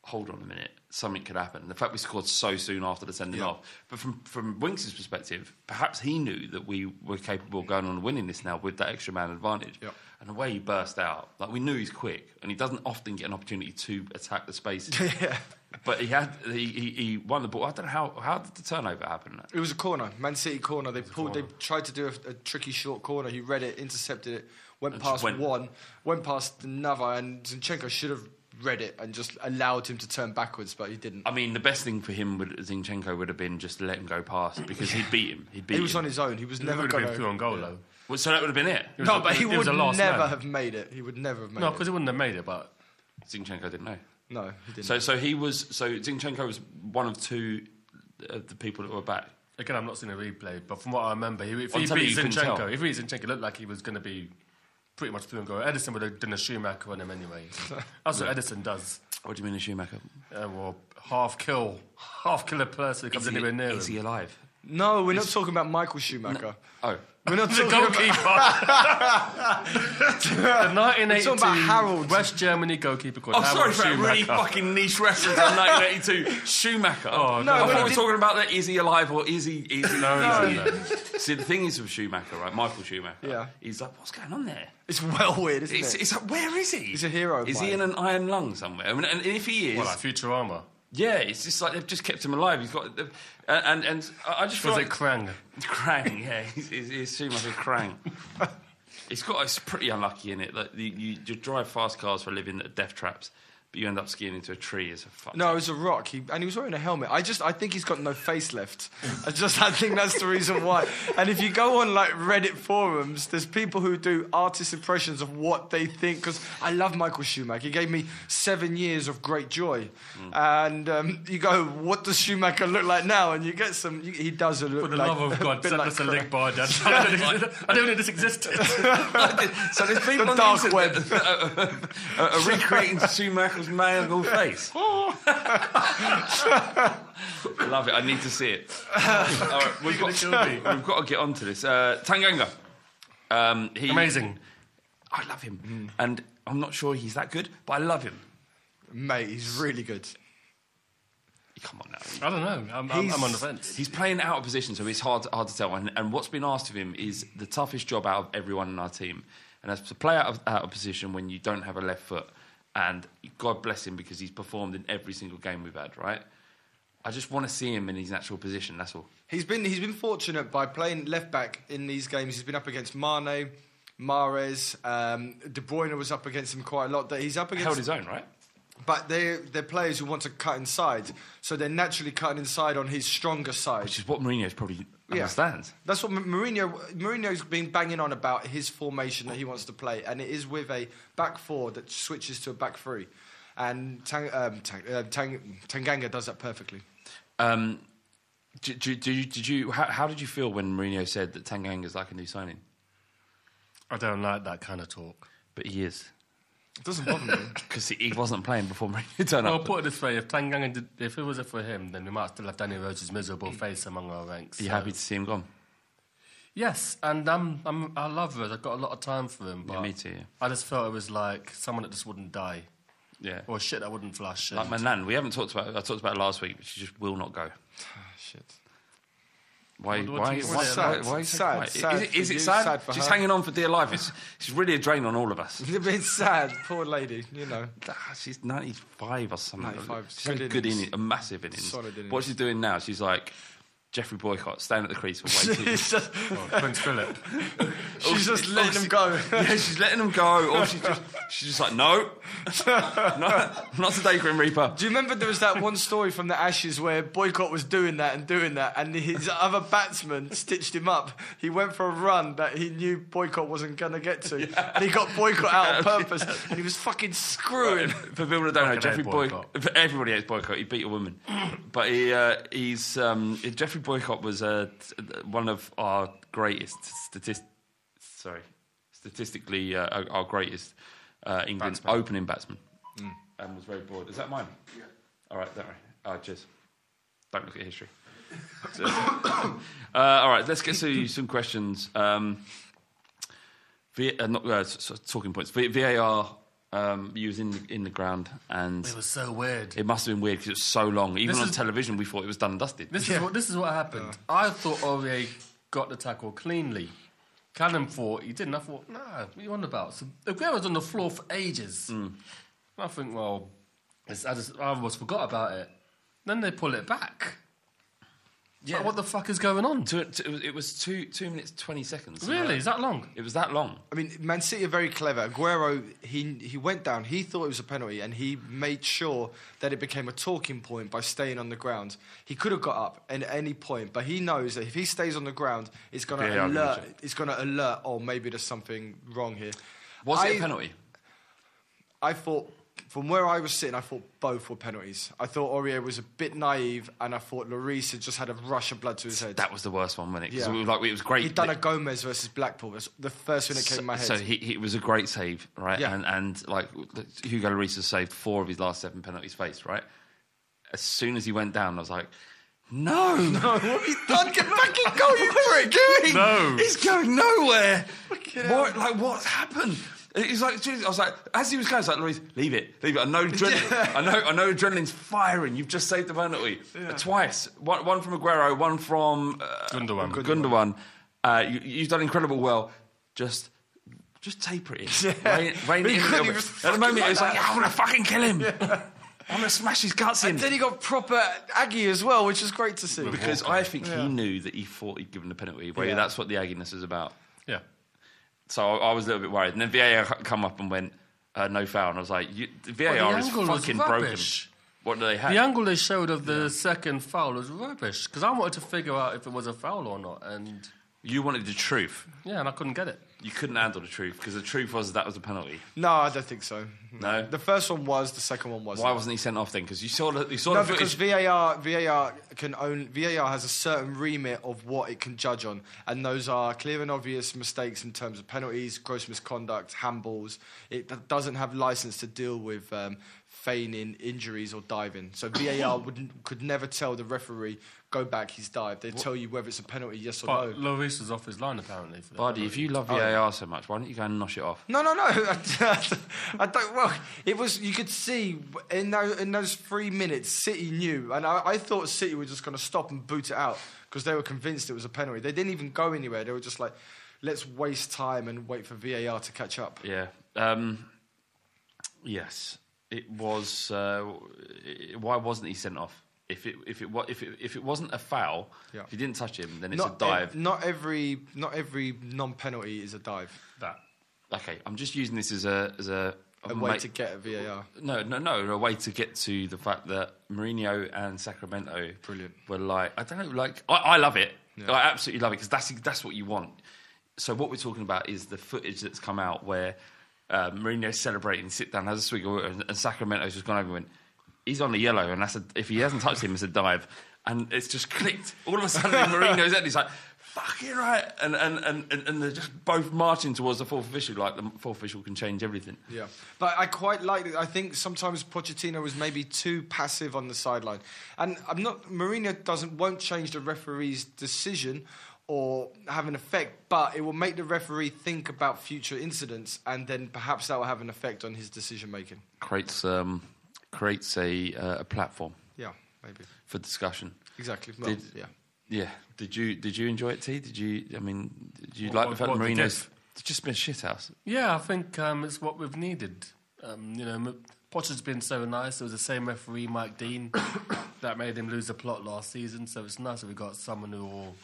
Speaker 1: hold on a minute, something could happen. The fact we scored so soon after the sending off, but from from Winks' perspective, perhaps he knew that we were capable of going on and winning this now with that extra man advantage.
Speaker 8: Yep.
Speaker 1: And the way he burst out, like we knew he's quick, and he doesn't often get an opportunity to attack the spaces. yeah. But he had he, he, he won the ball. I don't know how how did the turnover happen.
Speaker 8: It was a corner, Man City corner. They pulled. They tried to do a, a tricky short corner. He read it, intercepted it, went
Speaker 1: And just
Speaker 8: past
Speaker 1: went.
Speaker 8: one, went past another, and Zinchenko should have read it and just allowed him to turn backwards, but he didn't.
Speaker 1: I mean, the best thing for him would Zinchenko would have been just let him go past because he'd beat him. He'd beat
Speaker 8: He was
Speaker 1: him.
Speaker 8: on his own. He was
Speaker 5: He
Speaker 8: never
Speaker 5: would
Speaker 8: going
Speaker 5: have been through on goal, though.
Speaker 1: Well, so that would have been it.
Speaker 5: was
Speaker 8: No,
Speaker 5: a-
Speaker 8: but he
Speaker 5: it
Speaker 8: would
Speaker 5: was a
Speaker 8: never
Speaker 5: last man.
Speaker 8: have made it. He would never have made
Speaker 5: No,
Speaker 8: it.
Speaker 5: because he wouldn't have made it, but
Speaker 1: Zinchenko didn't know.
Speaker 8: No, he didn't.
Speaker 1: So, so he was. So Zinchenko was one of two of the people that were back.
Speaker 5: again, I've not seen a replay. But from what I remember, he, if
Speaker 1: On
Speaker 5: he
Speaker 1: telly,
Speaker 5: beat
Speaker 1: you couldn't tell.
Speaker 5: Zinchenko, if he beat Zinchenko, it looked like he was going to be pretty much through and go. Edison would have done a Schumacher on him anyway. That's what Edison does.
Speaker 1: What do you mean, a Schumacher?
Speaker 5: Uh, well, half kill, half kill a person who comes
Speaker 1: Is he,
Speaker 5: anywhere near
Speaker 1: is he
Speaker 5: him.
Speaker 1: alive?
Speaker 8: no, we're not talking about Michael Schumacher.
Speaker 1: Oh,
Speaker 8: We're not
Speaker 5: The
Speaker 8: talking
Speaker 5: goalkeeper.
Speaker 8: about.
Speaker 5: Oh. the 1982
Speaker 8: We're talking about Harold. Oh,
Speaker 5: West Germany goalkeeper called
Speaker 1: I'm sorry
Speaker 5: Harold
Speaker 1: for that really
Speaker 5: Schumacher.
Speaker 1: fucking niche reference on 1982 Schumacher. Oh
Speaker 5: No, no.
Speaker 1: I
Speaker 5: but
Speaker 1: thought
Speaker 5: he
Speaker 1: we were
Speaker 8: did-
Speaker 1: talking about that. Is he alive or is he? Is he
Speaker 5: No, no, no.
Speaker 1: See, the thing is with Schumacher, right? Michael Schumacher.
Speaker 8: Yeah.
Speaker 1: He's like, what's going on there?
Speaker 8: It's well weird, isn't
Speaker 1: It's,
Speaker 8: it?
Speaker 1: it's like, where is he? He's
Speaker 8: a hero of
Speaker 1: Is he in
Speaker 8: mine.
Speaker 1: an iron lung somewhere? I mean, and if he is,
Speaker 5: Well, like Futurama.
Speaker 1: yeah, it's just like they've just kept him alive. He's got, and and, and I I just feel
Speaker 5: Was
Speaker 1: like
Speaker 5: it Krang?
Speaker 1: Krang, yeah, he's, he's, he's too much a Krang. it's got it's pretty unlucky in it. Like you, you, you drive fast cars for a living that are death traps, but you end up skiing into a tree as a fuck.
Speaker 8: No, it was a rock. He, and he was wearing a helmet. I just, I think he's got no face left. I just, I think that's the reason why. And if you go on like Reddit forums, there's people who do artist impressions of what they think. Because I love Michael Schumacher. He gave me seven years of great joy. And um, you go, what does Schumacher look like now? And you get some. You, he does look
Speaker 5: For the
Speaker 8: like
Speaker 5: love of
Speaker 8: a
Speaker 5: God,
Speaker 8: bit
Speaker 5: send
Speaker 8: like
Speaker 5: us a
Speaker 8: Craig.
Speaker 5: link, by Dad. I don't know if- I don't know if this existed.
Speaker 1: so there's people
Speaker 8: The
Speaker 1: on
Speaker 8: dark
Speaker 1: the internet that are- are- are recreating Schumacher's mangle face. Love it. I need to see it. All right, we've, got,
Speaker 5: You're gonna kill me.
Speaker 1: we've got to get onto this. Uh, Tanganga. Um, he,
Speaker 5: Amazing.
Speaker 1: I love him, and I'm not sure he's that good, but I love him.
Speaker 8: Mate, he's really good.
Speaker 1: Come on now.
Speaker 5: I don't know. I'm, I'm, I'm on the fence.
Speaker 1: He's playing out of position, so it's hard hard to tell. And, and what's been asked of him is the toughest job out of everyone in our team, and that's to play out of, out of position when you don't have a left foot. And God bless him because he's performed in every single game we've had. Right? I just want to see him in his natural position. That's all.
Speaker 8: He's been he's been fortunate by playing left back in these games. He's been up against Mane, Mares, um, De Bruyne was up against him quite a lot. That he's up against
Speaker 1: Held his own, right?
Speaker 8: But they're, they're players who want to cut inside, so they're naturally cutting inside on his stronger side.
Speaker 1: Which is what Mourinho's probably understands.
Speaker 8: That's what M- Mourinho Mourinho's been banging on about his formation that he wants to play, and it is with a back four that switches to a back three, and Tang, um, Tang, uh, Tang, Tanganga does that perfectly.
Speaker 1: Um, do, do, do, you- did you? How, how did you feel when Mourinho said that Tanganga's like a new signing?
Speaker 5: I don't like that kind of talk.
Speaker 1: But he is.
Speaker 8: It doesn't bother me.
Speaker 1: Because he, he wasn't playing before Mourinho turned
Speaker 5: Well,
Speaker 1: up.
Speaker 5: put it this way: if Tanganga, did, if it wasn't for him, then we might still have Danny Rose's miserable face among our ranks.
Speaker 1: Are you
Speaker 5: so-
Speaker 1: happy to see him gone?
Speaker 5: Yes, and um, I'm, I love Rose. I've got a lot of time for him. But
Speaker 1: me too, yeah.
Speaker 5: I just felt it was like someone that just wouldn't die,
Speaker 1: Yeah.
Speaker 5: or shit that wouldn't flush.
Speaker 1: Like
Speaker 5: and-
Speaker 1: my nan, we haven't talked about. I talked about it last week, but she just will not go.
Speaker 8: Shit.
Speaker 1: Why?
Speaker 5: What- what
Speaker 1: Why?
Speaker 5: do you
Speaker 1: Why?
Speaker 5: say?
Speaker 1: Why?
Speaker 8: Sad,
Speaker 1: why is it-
Speaker 8: sad,
Speaker 1: why-
Speaker 8: sad
Speaker 1: Is it,
Speaker 8: for
Speaker 1: is it
Speaker 8: you,
Speaker 1: sad?
Speaker 8: sad for
Speaker 1: She's
Speaker 8: her.
Speaker 1: hanging on for dear life. It's, she's really a drain on all of us.
Speaker 8: It's a bit sad, poor lady. You know,
Speaker 1: Ah, She's 95 or something.
Speaker 8: 95,
Speaker 1: She's had
Speaker 8: good
Speaker 1: good
Speaker 8: innings.
Speaker 1: innings, a massive innings.
Speaker 8: Solid innings.
Speaker 1: What she's doing now, she's like Jeffrey Boycott, stand at the crease for way too
Speaker 8: It's just-
Speaker 5: Oh, Prince Philip.
Speaker 1: Oh,
Speaker 5: Oh,
Speaker 8: she's just letting
Speaker 1: them
Speaker 8: him go.
Speaker 1: yeah, she's letting them go. Or she's just, she's just like, no, no, not today, Grim Reaper.
Speaker 8: Do you remember there was that one story from the Ashes where Boycott was doing that and doing that, and his other batsman stitched him up. He went for a run that he knew Boycott wasn't gonna get to, and he got Boycott out on purpose, and he was fucking screwing.
Speaker 1: For people that don't know,
Speaker 5: Fucking
Speaker 1: Jeffrey
Speaker 5: hate
Speaker 1: Boycott.
Speaker 5: Boycott.
Speaker 1: Everybody hates Boycott. He beat a woman, but he uh, he's um, Jeffrey Boycott was uh, t- one of our greatest statist. Sorry, statistically, uh, our- our greatest uh, England opening batsman, and was very bored. Is that mine? Yeah. All right, don't worry. Oh, cheers. Don't look at history. uh, all right, let's get to some questions. Um, V- uh, not uh, s- s- talking points. V- VAR. Um, you was in the, in the ground, and
Speaker 5: It was so weird.
Speaker 1: it must have been weird because it was so long. Even
Speaker 5: This
Speaker 1: on
Speaker 5: is-
Speaker 1: television, we thought it was done and dusted.
Speaker 5: This is what this is what happened. I thought Aurier got the tackle cleanly. Cannon thought he didn't. I thought, nah, what are you on about? So Aguero's on the floor for ages.
Speaker 1: Mm.
Speaker 5: And I think, well, it's, I just I almost forgot about it. Then they pull it back. Yeah, what the fuck is going on?
Speaker 1: Two- two- it was- it was two two minutes twenty seconds.
Speaker 5: Really, is that long?
Speaker 1: It was that long.
Speaker 8: I mean, Man City are very clever. Aguero, he he went down. He thought it was a penalty, and he made sure that it became a talking point by staying on the ground. He could have got up at any point, but he knows that if he stays on the ground, it's going to
Speaker 1: Yeah, I'm gonna
Speaker 8: alert.
Speaker 1: check.
Speaker 8: It's going to alert. Oh, maybe there's something wrong here.
Speaker 1: Was it
Speaker 8: I-
Speaker 1: a penalty?
Speaker 8: I thought, from where I was sitting, I thought both were penalties. I thought Aurier was a bit naive, and I thought Lloris had just had a rush of blood to his head.
Speaker 1: That was the worst one, wasn't it? 'Cause
Speaker 8: Yeah.
Speaker 1: it was like it was great.
Speaker 8: He'd done a Gomez versus Blackpool. That's the first thing that came
Speaker 1: so,
Speaker 8: in my head.
Speaker 1: so he, he it was a great save, right?
Speaker 8: Yeah.
Speaker 1: And and like Hugo Lloris has saved four of his last seven penalties faced, right? As soon as he went down, I was like, no, no,
Speaker 8: Don't get back in goal, you prick!
Speaker 1: No, he's going nowhere.
Speaker 8: Fucking
Speaker 1: What,
Speaker 8: hell.
Speaker 1: like what's happened? He's like, Jesus. I was like, as he was going, I was like, Louise, leave it, leave it. I know, adrenaline, I know, I know, adrenaline's firing. You've just saved the penalty twice. One, one from Aguero, one from uh,
Speaker 5: Gundogan.
Speaker 1: Gundogan. Uh, you, you've done incredible well. Just, just taper it. in. Rein, rein
Speaker 8: But
Speaker 1: it
Speaker 8: he
Speaker 1: in a
Speaker 8: couldn't,
Speaker 1: little
Speaker 8: he
Speaker 1: bit.
Speaker 8: was
Speaker 1: At the moment,
Speaker 8: fucking
Speaker 1: it was
Speaker 8: like
Speaker 1: like, I want to fucking kill him. I want to smash his guts in.
Speaker 8: And then he got proper Aggie as well, which is great to see.
Speaker 1: Because I think he knew that he thought he'd given the penalty away.
Speaker 8: Yeah.
Speaker 1: That's what the agginess is about.
Speaker 5: Yeah.
Speaker 1: So I, I was a little bit worried. And then VAR c- come up and went, uh, no foul. And I was like, you, the VAR is
Speaker 5: angle was
Speaker 1: fucking broken.
Speaker 5: rubbish.
Speaker 1: What do they have?
Speaker 5: The angle they showed of the second foul was rubbish because I wanted to figure out if it was a foul or not, and
Speaker 1: you wanted the truth.
Speaker 5: yeah, and I couldn't get it.
Speaker 1: You couldn't handle the truth because the truth was that was a penalty.
Speaker 8: No, I don't think so.
Speaker 1: No?
Speaker 8: The first one was, the second one wasn't.
Speaker 1: Why wasn't he sent off then? Because you saw the, you saw
Speaker 8: No,
Speaker 1: the
Speaker 8: because
Speaker 1: footage.
Speaker 8: VAR, VAR can own. VAR has a certain remit of what it can judge on, and those are clear and obvious mistakes in terms of penalties, gross misconduct, handballs. It d- doesn't have license to deal with um, feigning injuries or diving. So VAR would, could never tell the referee go back, he's dived. They tell you whether it's a penalty, yes or
Speaker 5: But
Speaker 8: no.
Speaker 5: Lloris was off his line apparently. For that
Speaker 1: Buddy,
Speaker 5: penalty.
Speaker 1: if you love VAR so much, why don't you go and nosh it off?
Speaker 8: No, no, no. I don't. Well, it was. You could see in those, in those three minutes, City knew, and I, I thought City were just going to stop and boot it out because they were convinced it was a penalty. They didn't even go anywhere. They were just like, let's waste time and wait for VAR to catch up.
Speaker 1: Yeah. Um, yes, it was. Uh, it- why wasn't he sent off? If it if it wa- if it, if it wasn't a foul,
Speaker 8: Yeah.
Speaker 1: if he didn't touch him, then it's
Speaker 8: Not
Speaker 1: a dive.
Speaker 8: ev- not every not every non penalty is a dive.
Speaker 1: that. Okay, I'm just using this as a as a of
Speaker 8: A way to get at VAR.
Speaker 1: No, no, no. A way to get to the fact that Mourinho and Sacramento
Speaker 8: Brilliant.
Speaker 1: were like, I don't know, like, I, I love it.
Speaker 8: Yeah.
Speaker 1: I absolutely love it because that's, that's what you want. So, what we're talking about is the footage that's come out where uh, Mourinho's celebrating, sit down, has a swig of water, and, and Sacramento's just gone over and went, he's on the yellow, and that's a, if he hasn't touched him, it's a dive. And it's just clicked. All of a sudden, in Mourinho's head, he's like, fucking right. And, and, and, and, and they're just both marching towards the fourth official, like the fourth official can change everything.
Speaker 8: Yeah, but I quite like it. I think sometimes Pochettino was maybe too passive on the sideline, and I'm not. Mourinho doesn't won't change the referee's decision or have an effect, but it will make the referee think about future incidents, and then perhaps that will have an effect on his decision making.
Speaker 1: Creates, um, creates a, uh, a platform
Speaker 8: Yeah, maybe
Speaker 1: for discussion.
Speaker 8: exactly. Well,
Speaker 1: Did-
Speaker 8: yeah.
Speaker 1: Yeah. Did you did you enjoy it, T? Did you? I mean, did you
Speaker 5: What-
Speaker 1: like
Speaker 5: what-
Speaker 1: the fact that
Speaker 5: what the
Speaker 1: Mourinho's
Speaker 5: diff?
Speaker 1: it's just been a shit house?
Speaker 5: Yeah, I think um, it's what we've needed. Um, you know, M- Potter's been so nice. It was the same referee, Mike Dean, that made him lose the plot last season. So it's nice that we got someone who will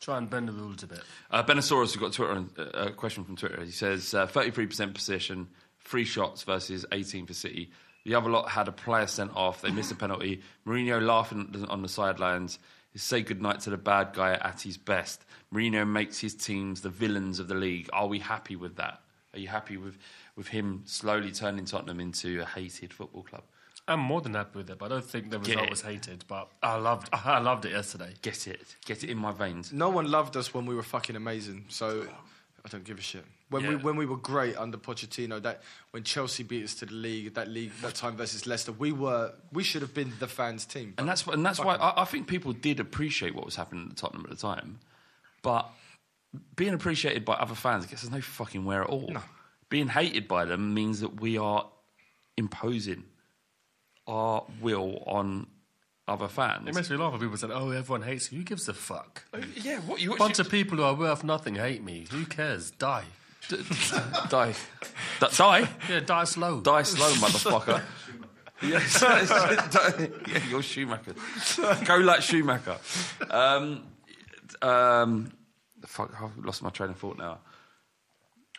Speaker 5: try and bend the rules a bit.
Speaker 1: Uh, Benasaurus has got Twitter and, uh, a question from Twitter. He says uh, thirty-three percent possession, three shots versus eighteen for City. The other lot had a player sent off. They missed a penalty. Mourinho laughing on the sidelines. Say goodnight to the bad guy at his best. Mourinho makes his teams the villains of the league. Are we happy with that? Are you happy with, with him slowly turning Tottenham into a hated football club?
Speaker 5: I'm more than happy with it, but I don't think the
Speaker 1: Get
Speaker 5: result
Speaker 1: it.
Speaker 5: was hated. But I loved, I loved it yesterday.
Speaker 1: Get it, get it in my veins.
Speaker 8: No one loved us when we were fucking amazing, so I don't give a shit. When we
Speaker 1: Yeah.
Speaker 8: when we were great under Pochettino, that when Chelsea beat us to the league, that league that time versus Leicester, we were we should have been the fans' team.
Speaker 1: And that's wh- and that's why I, I think people did appreciate what was happening at Tottenham at the time, but being appreciated by other fans, I guess there's no fucking where at all. Being hated by them means that we are imposing our will on other fans. Uh,
Speaker 5: It makes me laugh when people said, "Oh, everyone hates you. Who gives a fuck? A
Speaker 1: yeah, what you
Speaker 5: bunch of people who are worth nothing hate me. Who cares? Die."
Speaker 1: die, D- die,
Speaker 5: Yeah, die slow.
Speaker 1: die slow, motherfucker. Yes, yeah, you're Schumacher. Go like Schumacher. Um, um, fuck, I've lost my train of thought now.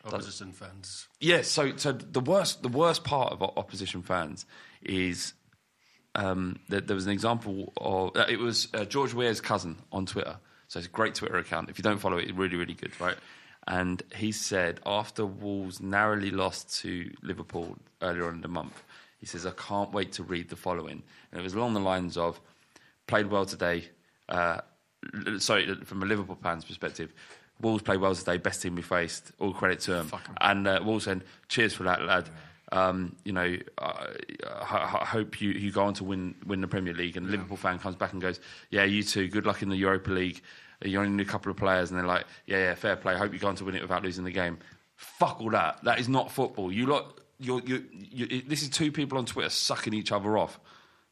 Speaker 5: Opposition fans.
Speaker 1: Yeah, so so the worst the worst part of o- opposition fans is um, that there was an example of uh, it was uh, George Weir's cousin on Twitter. So it's a great Twitter account. If you don't follow it, it's really really good, right? And he said after Wolves narrowly lost to Liverpool earlier on in the month, he says I can't wait to read the following, and it was along the lines of played well today. Uh, l- sorry, from a Liverpool fans' perspective, Wolves played well today. Best team we faced. All credit to them. And uh, Wolves saying, "Cheers for that, lad." Um, you know, I, I, I hope you, you go on to win win the Premier League. And a Liverpool fan comes back and goes, "Yeah, you too. Good luck in the Europa League. You only need a couple of players." And they're like, "Yeah, yeah, fair play. Hope you go on to win it without losing the game." Fuck all that. That is not football. You lot, you're, you you this is two people on Twitter sucking each other off.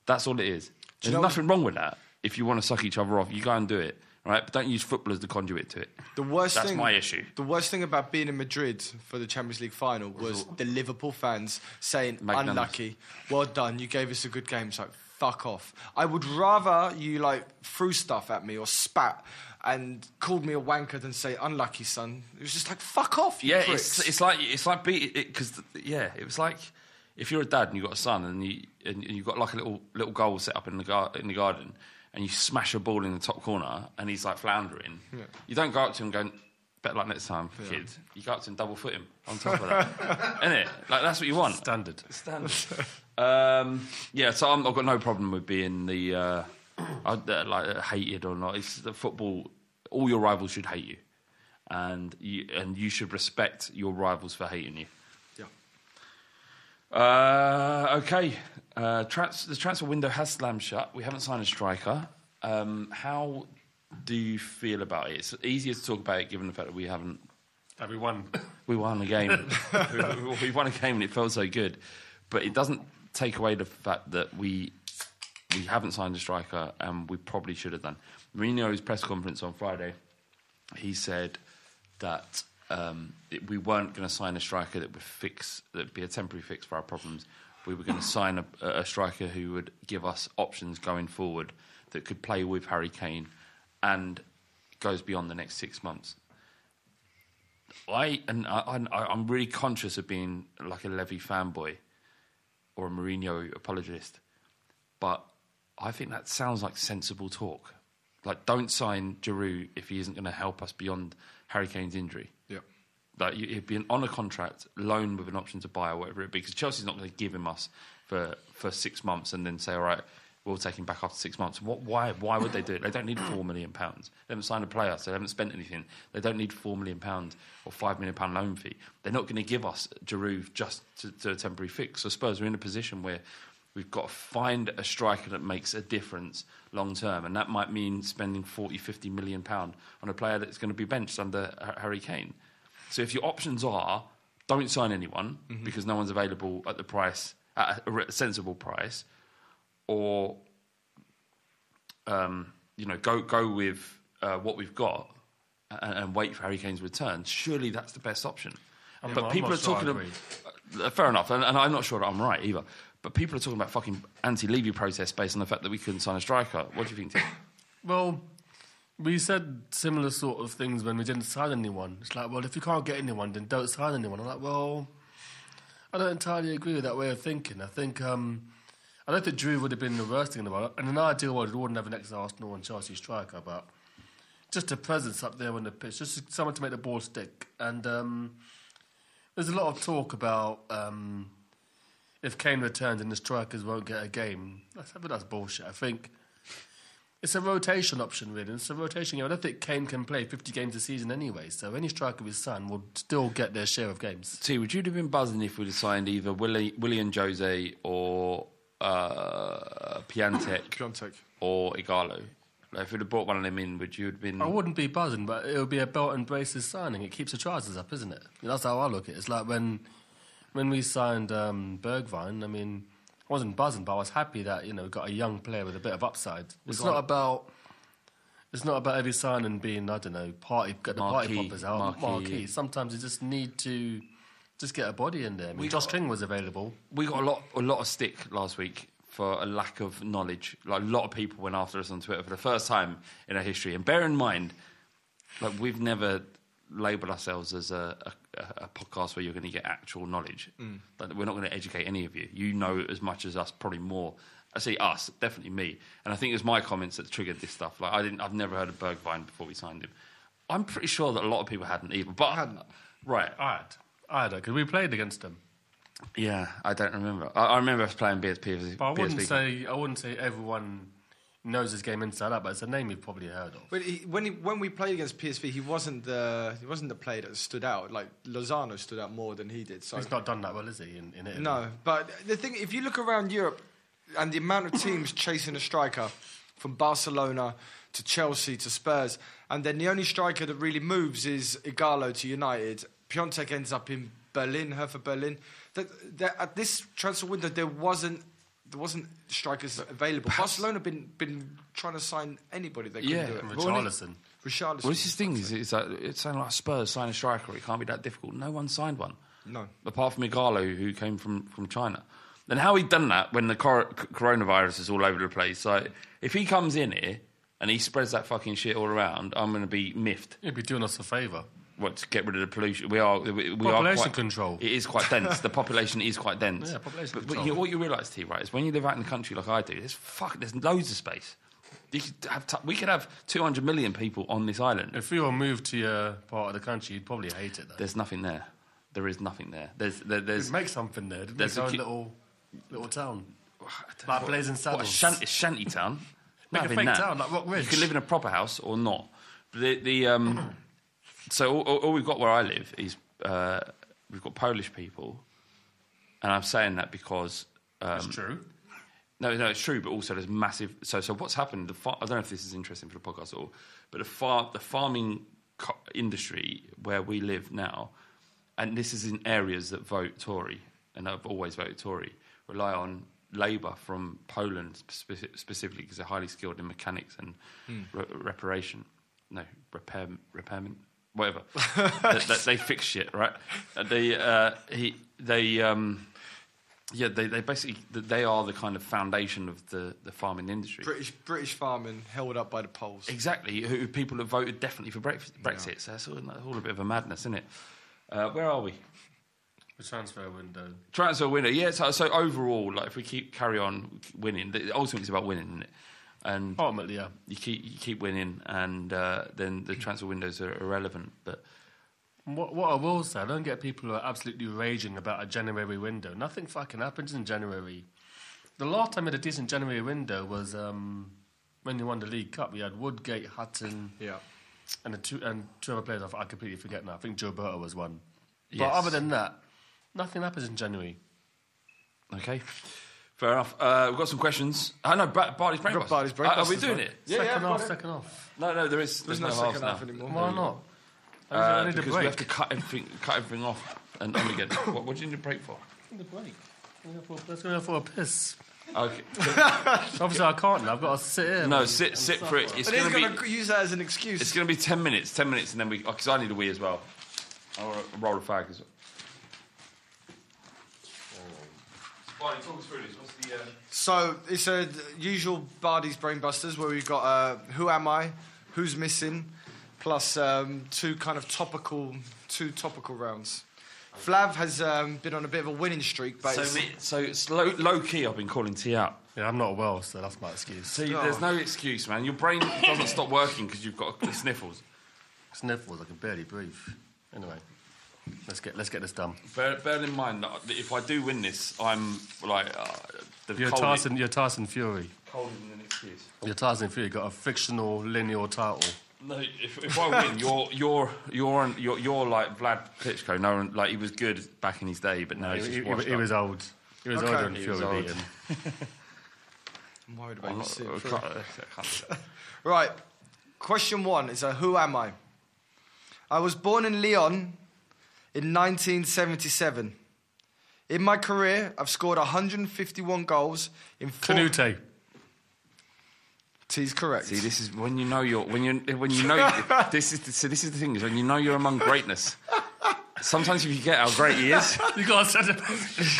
Speaker 1: That's all it is. There's
Speaker 8: know-
Speaker 1: nothing wrong with that. If you want to suck each other off, you go and do it, right? But don't use football as the conduit to it.
Speaker 8: The worst
Speaker 1: That's
Speaker 8: thing.
Speaker 1: my issue.
Speaker 8: The worst thing about being in Madrid for the Champions League final was the Liverpool fans saying,
Speaker 1: Magnanimous.
Speaker 8: "Unlucky, well done, you gave us a good game." It's like, fuck off. I would rather you like threw stuff at me or spat and called me a wanker than say, "Unlucky, son." It was just like, fuck off. You
Speaker 1: Yeah,
Speaker 8: pricks.
Speaker 1: it's, it's like it's like beat it because yeah, it was like if you're a dad and you've got a son and you and you've got like a little little goal set up in the gar- in the garden and you smash a ball in the top corner and he's like floundering, you don't go up to him going. Better luck next time, kid. You go up to him, double foot him on top of that, innit? Like that's what you want.
Speaker 5: Standard.
Speaker 1: Standard. um, yeah, so I'm, I've got no problem with being the uh, I, uh, like uh, hated or not. It's the football. All your rivals should hate you, and you and you should respect your rivals for hating you.
Speaker 8: Yeah.
Speaker 1: Uh, okay, uh, trans- the transfer window has slammed shut. We haven't signed a striker. Um, how do you feel about it? It's easier to talk about it given the fact that we haven't
Speaker 5: Everyone.
Speaker 1: we won a game. We- we won a game and it felt so good. But it doesn't take away the fact that we we haven't signed a striker and we probably should have done. Mourinho's press conference on Friday, he said that um, it, we weren't going to sign a striker that would fix that would be a temporary fix for our problems. We were going to sign a, a striker who would give us options going forward that could play with Harry Kane and goes beyond the next six months I and I, I, I'm really conscious of being like a Levy fanboy or a Mourinho apologist, but I think that sounds like sensible talk. Like, don't sign Giroud if he isn't going to help us beyond Harry Kane's injury.
Speaker 8: Yep.
Speaker 1: Like, you- he'd be an on a contract, loan with an option to buy or whatever it be, because Chelsea's not going to give him us for, for six months and then say, all right, we'll take him back after six months. What, why, why would they do it? They don't need £4 million. pounds. They haven't signed a player, so they haven't spent anything. They don't need £4 million pounds or £5 million pound loan fee. They're not going to give us Giroud just to, to a temporary fix. So Spurs are in a position where We've got to find a striker that makes a difference long term, and that might mean spending 40, 50 million pound on a player that's going to be benched under H- Harry Kane. So if your options are don't sign anyone
Speaker 5: Mm-hmm.
Speaker 9: Mhm.
Speaker 1: because no one's available at the price at a re- sensible price, or um, you know go go with uh, what we've got and, and wait for Harry Kane's return. Surely that's the best option.
Speaker 5: Yeah,
Speaker 1: but
Speaker 5: well, I'm
Speaker 1: people are
Speaker 5: not sure I
Speaker 1: talking.
Speaker 5: agree.
Speaker 1: Uh, fair enough, and, and I'm not sure that I'm right either. But people are talking about fucking anti-Levy protests based on the fact that we couldn't sign a striker. What do you think, Tim?
Speaker 5: Well, we said similar sort of things when we didn't sign anyone. It's like, well, if you can't get anyone, then don't sign anyone. I'm like, well, I don't entirely agree with that way of thinking. I think um, I don't think Drew would have been the worst thing in the world. In an ideal world, we wouldn't have an ex-Arsenal and Chelsea striker, but just a presence up there on the pitch, just someone to make the ball stick. And um, there's a lot of talk about um, if Kane returns and the strikers won't get a game. That's, I think that's bullshit. I think it's a rotation option, really. It's a rotation game. I don't think Kane can play 50 games a season anyway, so any striker with Sun will still get their share of games.
Speaker 1: T, would you have been buzzing if we'd have signed either Willie, William Jose or uh, Piantek, or Igalo? Like, if we'd have brought one of them in, would you have been?
Speaker 5: I wouldn't be buzzing, but it would be a belt and braces signing. It keeps the trousers up, isn't it? That's how I look at it. It's like when when we signed um, Bergvine, I mean, I wasn't buzzing, but I was happy that, you know, we got a young player with a bit of upside. It's
Speaker 1: Was
Speaker 5: not
Speaker 1: like-
Speaker 5: about... It's not about every signing being, I don't know, party, get the
Speaker 1: Marquee,
Speaker 5: party poppers out,
Speaker 1: marquee.
Speaker 5: marquee. Sometimes you just need to just get a body in there. I mean,
Speaker 1: We
Speaker 5: Josh King was available.
Speaker 1: we got a lot a lot of stick last week for a lack of knowledge. Like a lot of people went after us on Twitter for the first time in our history. And bear in mind, like we've never labelled ourselves as a, a, a podcast where you're going to get actual knowledge.
Speaker 9: Mm.
Speaker 1: Like, we're not going to educate any of you. You know as much as us, probably more. I say us, definitely me. And I think it was my comments that triggered this stuff. Like I didn't, I've never heard of Bergvine before we signed him. I'm pretty sure that a lot of people hadn't either. But right,
Speaker 5: I had,
Speaker 8: Uh,
Speaker 5: I had, because we played against them.
Speaker 1: Yeah, I don't remember. I, I remember us playing BSP.
Speaker 5: But I wouldn't
Speaker 1: BSP.
Speaker 5: say I wouldn't say everyone knows this game inside out, but it's a name you've probably heard of.
Speaker 8: But he, when he, when we played against PSV, he wasn't the he wasn't the player that stood out. Like Lozano stood out more than he did. So
Speaker 5: He's not done that well, is he? In, in Italy?
Speaker 8: No, but the thing, if you look around Europe and the amount of teams chasing a striker from Barcelona to Chelsea to Spurs, and then the only striker that really moves is Igalo to United. Piontek ends up in Berlin, Hertha Berlin. That, that at this transfer window, there wasn't there wasn't strikers available. Barcelona been been trying to sign anybody they couldn't
Speaker 1: Yeah,
Speaker 8: do it.
Speaker 1: Richarlison.
Speaker 8: Richarlison.
Speaker 1: Well, this is the thing is, it's like it's saying like Spurs sign a striker. It can't be that difficult. No one signed one.
Speaker 8: No.
Speaker 1: apart from Igalo, who came from from China. Then how he done that when the cor- c- coronavirus is all over the place? Like, if he comes in here and he spreads that fucking shit all around, I'm going to be miffed.
Speaker 5: You'd be doing us a favour.
Speaker 1: What to get rid of the pollution? We are we, we are
Speaker 5: Population
Speaker 1: quite, control. It is quite dense. the population is quite dense.
Speaker 5: Yeah, population
Speaker 1: But, but
Speaker 5: control.
Speaker 1: you, what you realise, T, right, is when you live out in the country like I do, there's fuck, there's loads of space. You could have t- we could have 200 million people on this island.
Speaker 5: If you were moved to your part of the country, you'd probably hate it. Though.
Speaker 1: There's nothing there. There is nothing there. There's there, there's
Speaker 5: We'd make something there. Didn't
Speaker 1: there's
Speaker 5: we?
Speaker 1: a
Speaker 5: Our
Speaker 1: cu-
Speaker 5: little little town, like Blazing
Speaker 1: what a
Speaker 5: Saddles.
Speaker 1: shanty, shanty town.
Speaker 5: Make
Speaker 1: Not
Speaker 5: a
Speaker 1: having
Speaker 5: fake
Speaker 1: that.
Speaker 5: town, like Rock Ridge.
Speaker 1: You can live in a proper house or not. But the, the um, so all, all- all we've got where I live is uh, we've got Polish people, and I'm saying that because um,
Speaker 5: It's true.
Speaker 1: No, no, it's true, but also there's massive. So, so what's happened? The far, I don't know if this is interesting for the podcast at all, but the far the farming co- industry where we live now, and this is in areas that vote Tory and have always voted Tory, rely on labour from Poland speci- specifically because they're highly skilled in mechanics and
Speaker 9: Hmm.
Speaker 1: re- reparation, no repair repairment, whatever. that, that they fix shit, right? Uh, They uh, he they um yeah, they, they basically they are the kind of foundation of the, the farming industry.
Speaker 8: British British farming held up by the polls.
Speaker 1: Exactly, who people have voted definitely for Brexit. Brexit. So that's all, that's all a bit of a madness, isn't it? Uh, where are we?
Speaker 5: The transfer window.
Speaker 1: Transfer window. Yeah. So, so overall, like if we keep carry on winning, th- ultimately it's about winning, isn't it? And
Speaker 5: ultimately, yeah,
Speaker 1: you keep you keep winning, and uh, then the transfer windows are irrelevant. But
Speaker 5: What, what I will say, I don't get people who are absolutely raging about a January window. Nothing fucking happens in January. The last time we had a decent January window was um, when they won the League Cup. We had Woodgate, Hutton,
Speaker 8: yeah,
Speaker 5: and the two and two other players. I f- I completely forget now. I think Joe Burta was one. But
Speaker 1: Yes.
Speaker 5: other than that, nothing happens in January.
Speaker 1: okay, fair enough. Uh, we've got some questions. I know Bar- Barley's
Speaker 8: Got
Speaker 1: breakfast.
Speaker 8: Barley's
Speaker 1: Uh,
Speaker 8: breakfast
Speaker 1: are we
Speaker 8: as
Speaker 1: doing
Speaker 8: well.
Speaker 1: it?
Speaker 8: Yeah,
Speaker 5: second
Speaker 8: yeah,
Speaker 5: half,
Speaker 8: but-
Speaker 5: second half.
Speaker 1: No, no, there is. There's,
Speaker 8: There's no
Speaker 1: half
Speaker 8: second
Speaker 1: now.
Speaker 8: half anymore.
Speaker 5: Why not? I
Speaker 1: Uh,
Speaker 5: need a
Speaker 1: because we
Speaker 5: break.
Speaker 1: have to cut everything, cut everything off and on again. what, what do you need a break for?
Speaker 5: Need a break. I'm gonna for- Let's go for a piss.
Speaker 1: Okay.
Speaker 5: Obviously, I can't. now. I've got to sit here.
Speaker 1: No,
Speaker 5: man,
Speaker 1: sit,
Speaker 5: and
Speaker 1: sit
Speaker 5: suffer.
Speaker 1: for it. It's
Speaker 8: But he's
Speaker 1: going to
Speaker 8: going
Speaker 1: be.
Speaker 8: to use that as an excuse.
Speaker 1: It's going to be ten minutes. Ten minutes, and then we. Because I need a wee as well. I'll ro- roll a fag as well. Barney, talk us through this. What's the? Uh...
Speaker 8: So it's a d- usual Bardi's Brainbusters where we've got uh, who am I, who's missing, plus um, two kind of topical, two topical rounds. Flav has um, been on a bit of a winning streak, but it's-
Speaker 1: So, me, so it's low, low key. I've been calling tea out.
Speaker 5: Yeah, I'm not well, so that's my
Speaker 8: Oh.
Speaker 5: excuse.
Speaker 1: See, there's no excuse, man. Your brain doesn't stop working because you've got the sniffles.
Speaker 5: Sniffles. I can barely breathe. Anyway, let's get let's get this done.
Speaker 1: Bear, bear in mind that if I do win this, I'm like uh, the
Speaker 5: You're
Speaker 1: cold-
Speaker 5: Tyson. You're Tyson Fury.
Speaker 1: colder than an excuse.
Speaker 5: You're Tyson Fury. Got a fictional lineal title.
Speaker 1: No, if, if I win, you're you're you're on- you're, you're like Vlad Klitschko. No, one- like he was good back in his day, but now
Speaker 5: He,
Speaker 1: he's
Speaker 5: he-
Speaker 1: just
Speaker 5: he-
Speaker 1: washed
Speaker 5: he
Speaker 1: up.
Speaker 5: was old. He was
Speaker 8: Okay.
Speaker 5: older than
Speaker 1: He was
Speaker 5: Fury
Speaker 1: old.
Speaker 5: beat him.
Speaker 8: I'm worried about
Speaker 1: I'm
Speaker 8: you
Speaker 1: not-
Speaker 8: seeing
Speaker 1: I
Speaker 8: through.
Speaker 1: can't- uh, I can't-
Speaker 8: Right. Question one is a who am I? I was born in Lyon in 1977. In my career, I've scored 151 goals in four...
Speaker 5: Canute.
Speaker 8: T's correct.
Speaker 1: See, this is when you know you're when you when you know this is the, so this is the thing is when you know you're among greatness. Sometimes if you get how great he is,
Speaker 5: You got to send a,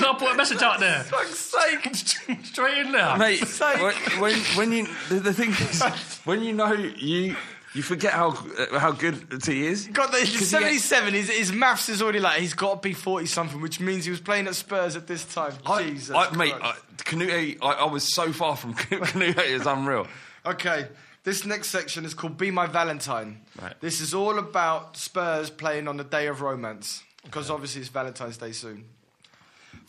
Speaker 5: gotta put a message out there. Straight in there.
Speaker 1: mate. when, when when you the, the thing is when you know you you forget how uh, how good he is.
Speaker 8: God, the,
Speaker 1: 'Cause he-
Speaker 8: 77, his, his maths is already like, he's got to be 40 something, which means he was playing at Spurs at this time.
Speaker 1: I,
Speaker 8: Jesus.
Speaker 1: I, mate, I,
Speaker 8: Christ.
Speaker 1: Canute, I, I was so far from Canute, it's unreal.
Speaker 8: Okay, this next section is called Be My Valentine.
Speaker 1: Right.
Speaker 8: This is all about Spurs playing on the day of romance, because obviously it's Valentine's Day soon.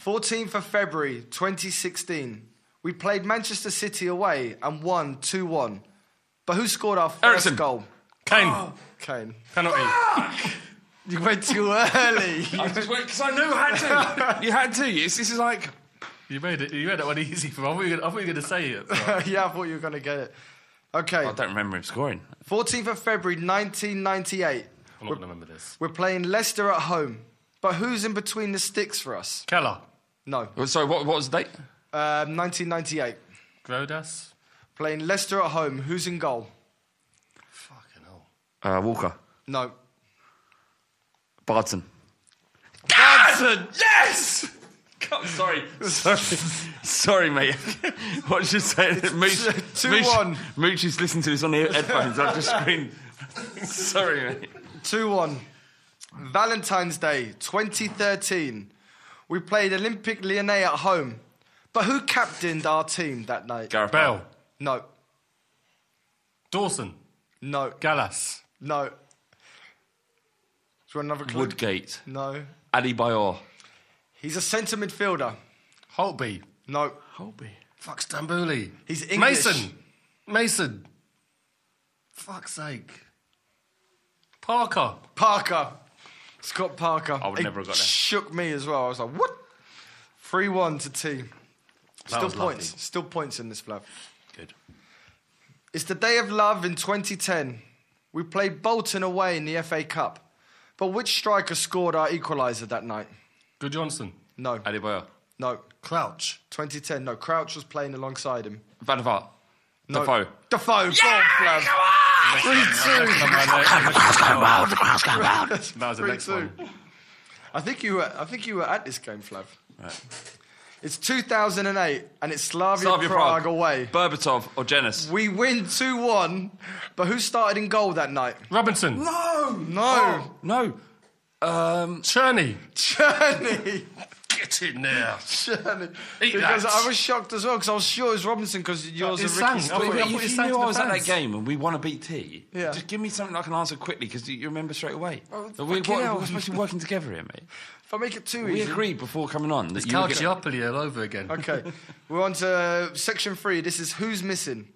Speaker 8: 14th of February 2016, we played Manchester City away and won 2 1. But who scored our first
Speaker 1: Ericsson.
Speaker 8: goal?
Speaker 5: Kane.
Speaker 8: Kane.
Speaker 5: Penalty.
Speaker 8: You went too early.
Speaker 1: Because I knew I had to. You had to. It's, this is like.
Speaker 5: You made it. You made that one easy for. I thought you were going to say it. Oh, so.
Speaker 8: yeah, I thought you were going to get it. Okay.
Speaker 1: I don't remember him scoring.
Speaker 8: 14th of February 1998.
Speaker 5: I'm not going to remember this.
Speaker 8: We're playing Leicester at home. But who's in between the sticks for us?
Speaker 5: Keller.
Speaker 8: No.
Speaker 1: Well, Sorry, what, what was the date?
Speaker 8: Um, 1998.
Speaker 5: Grodas.
Speaker 8: Playing Leicester at home. Who's in goal?
Speaker 5: Fucking hell.
Speaker 1: Uh, Walker.
Speaker 8: No.
Speaker 1: Bardson.
Speaker 8: Dodson!
Speaker 1: Yes! God, sorry. Sorry. sorry, mate. what should you say? Mooch,
Speaker 8: two-
Speaker 1: Mooch,
Speaker 8: one.
Speaker 1: Mooch is listening to this on the headphones. I've just screamed. sorry, mate.
Speaker 8: 2 1. Valentine's Day 2013. We played Olympic Lyonnais at home. But who captained our team that night?
Speaker 1: Gareth
Speaker 5: Bell.
Speaker 8: No.
Speaker 5: Dawson.
Speaker 8: No.
Speaker 5: Gallas.
Speaker 8: No. Do you want another clue?
Speaker 1: Woodgate.
Speaker 8: No.
Speaker 1: Adi Bayor.
Speaker 8: He's a centre midfielder.
Speaker 5: Holtby.
Speaker 8: No.
Speaker 1: Holby.
Speaker 5: Fuck Stambouli.
Speaker 8: He's English.
Speaker 5: Mason. Mason. Fuck's sake. Parker.
Speaker 8: Parker. Scott Parker.
Speaker 1: I would
Speaker 8: It
Speaker 1: never have got that.
Speaker 8: Shook me as well. I was like, what? 3 1 to T. Still
Speaker 5: was
Speaker 8: points.
Speaker 5: lucky.
Speaker 8: Still points in this flap.
Speaker 5: Good.
Speaker 8: It's the day of love in 2010. We played Bolton away in the FA Cup. But which striker scored our equaliser that night?
Speaker 5: Good Johnson.
Speaker 8: No.
Speaker 1: Adi Bayor.
Speaker 8: No.
Speaker 5: Crouch.
Speaker 8: 2010. No. Crouch was playing alongside him.
Speaker 1: Van der Vaart.
Speaker 8: No.
Speaker 1: Defoe.
Speaker 8: Defoe. Yeah, Flav.
Speaker 5: That was the
Speaker 8: Three,
Speaker 5: next one.
Speaker 8: two. I think you were. I think you were at this game, Flav. It's 2008, and it's Slavia,
Speaker 1: Slavia
Speaker 8: Prague,
Speaker 1: Prague.
Speaker 8: away.
Speaker 1: Berbatov or Jenis?
Speaker 8: We win 2 1, but who started in goal that night? Oh,
Speaker 5: Robinson.
Speaker 8: No, no,
Speaker 1: no. Um,
Speaker 5: Cherney.
Speaker 8: Cherney.
Speaker 5: Get in there.
Speaker 8: Cherney.
Speaker 5: Eat
Speaker 8: Because
Speaker 5: that.
Speaker 8: I was shocked as well, because I was sure it was Robinson, because yours
Speaker 5: it's
Speaker 8: are Ricky
Speaker 5: sang. I
Speaker 8: Stewart.
Speaker 5: mean,
Speaker 1: If
Speaker 5: put his
Speaker 1: you
Speaker 5: hand
Speaker 1: knew
Speaker 5: to
Speaker 1: I
Speaker 5: the
Speaker 1: was at that
Speaker 5: fans.
Speaker 1: game and we won a BT,
Speaker 8: Yeah.
Speaker 1: just give me something I can answer quickly because you, you remember straight away.
Speaker 8: Oh,
Speaker 1: we,
Speaker 8: fucking hell.
Speaker 1: are supposed to be working together here, mate.
Speaker 8: If I make it too
Speaker 1: We
Speaker 8: easy.
Speaker 1: agreed before coming on that
Speaker 5: It's
Speaker 1: you were gonna-
Speaker 5: Calciopoli all over again.
Speaker 8: Okay, we're on to section three. This is who's missing.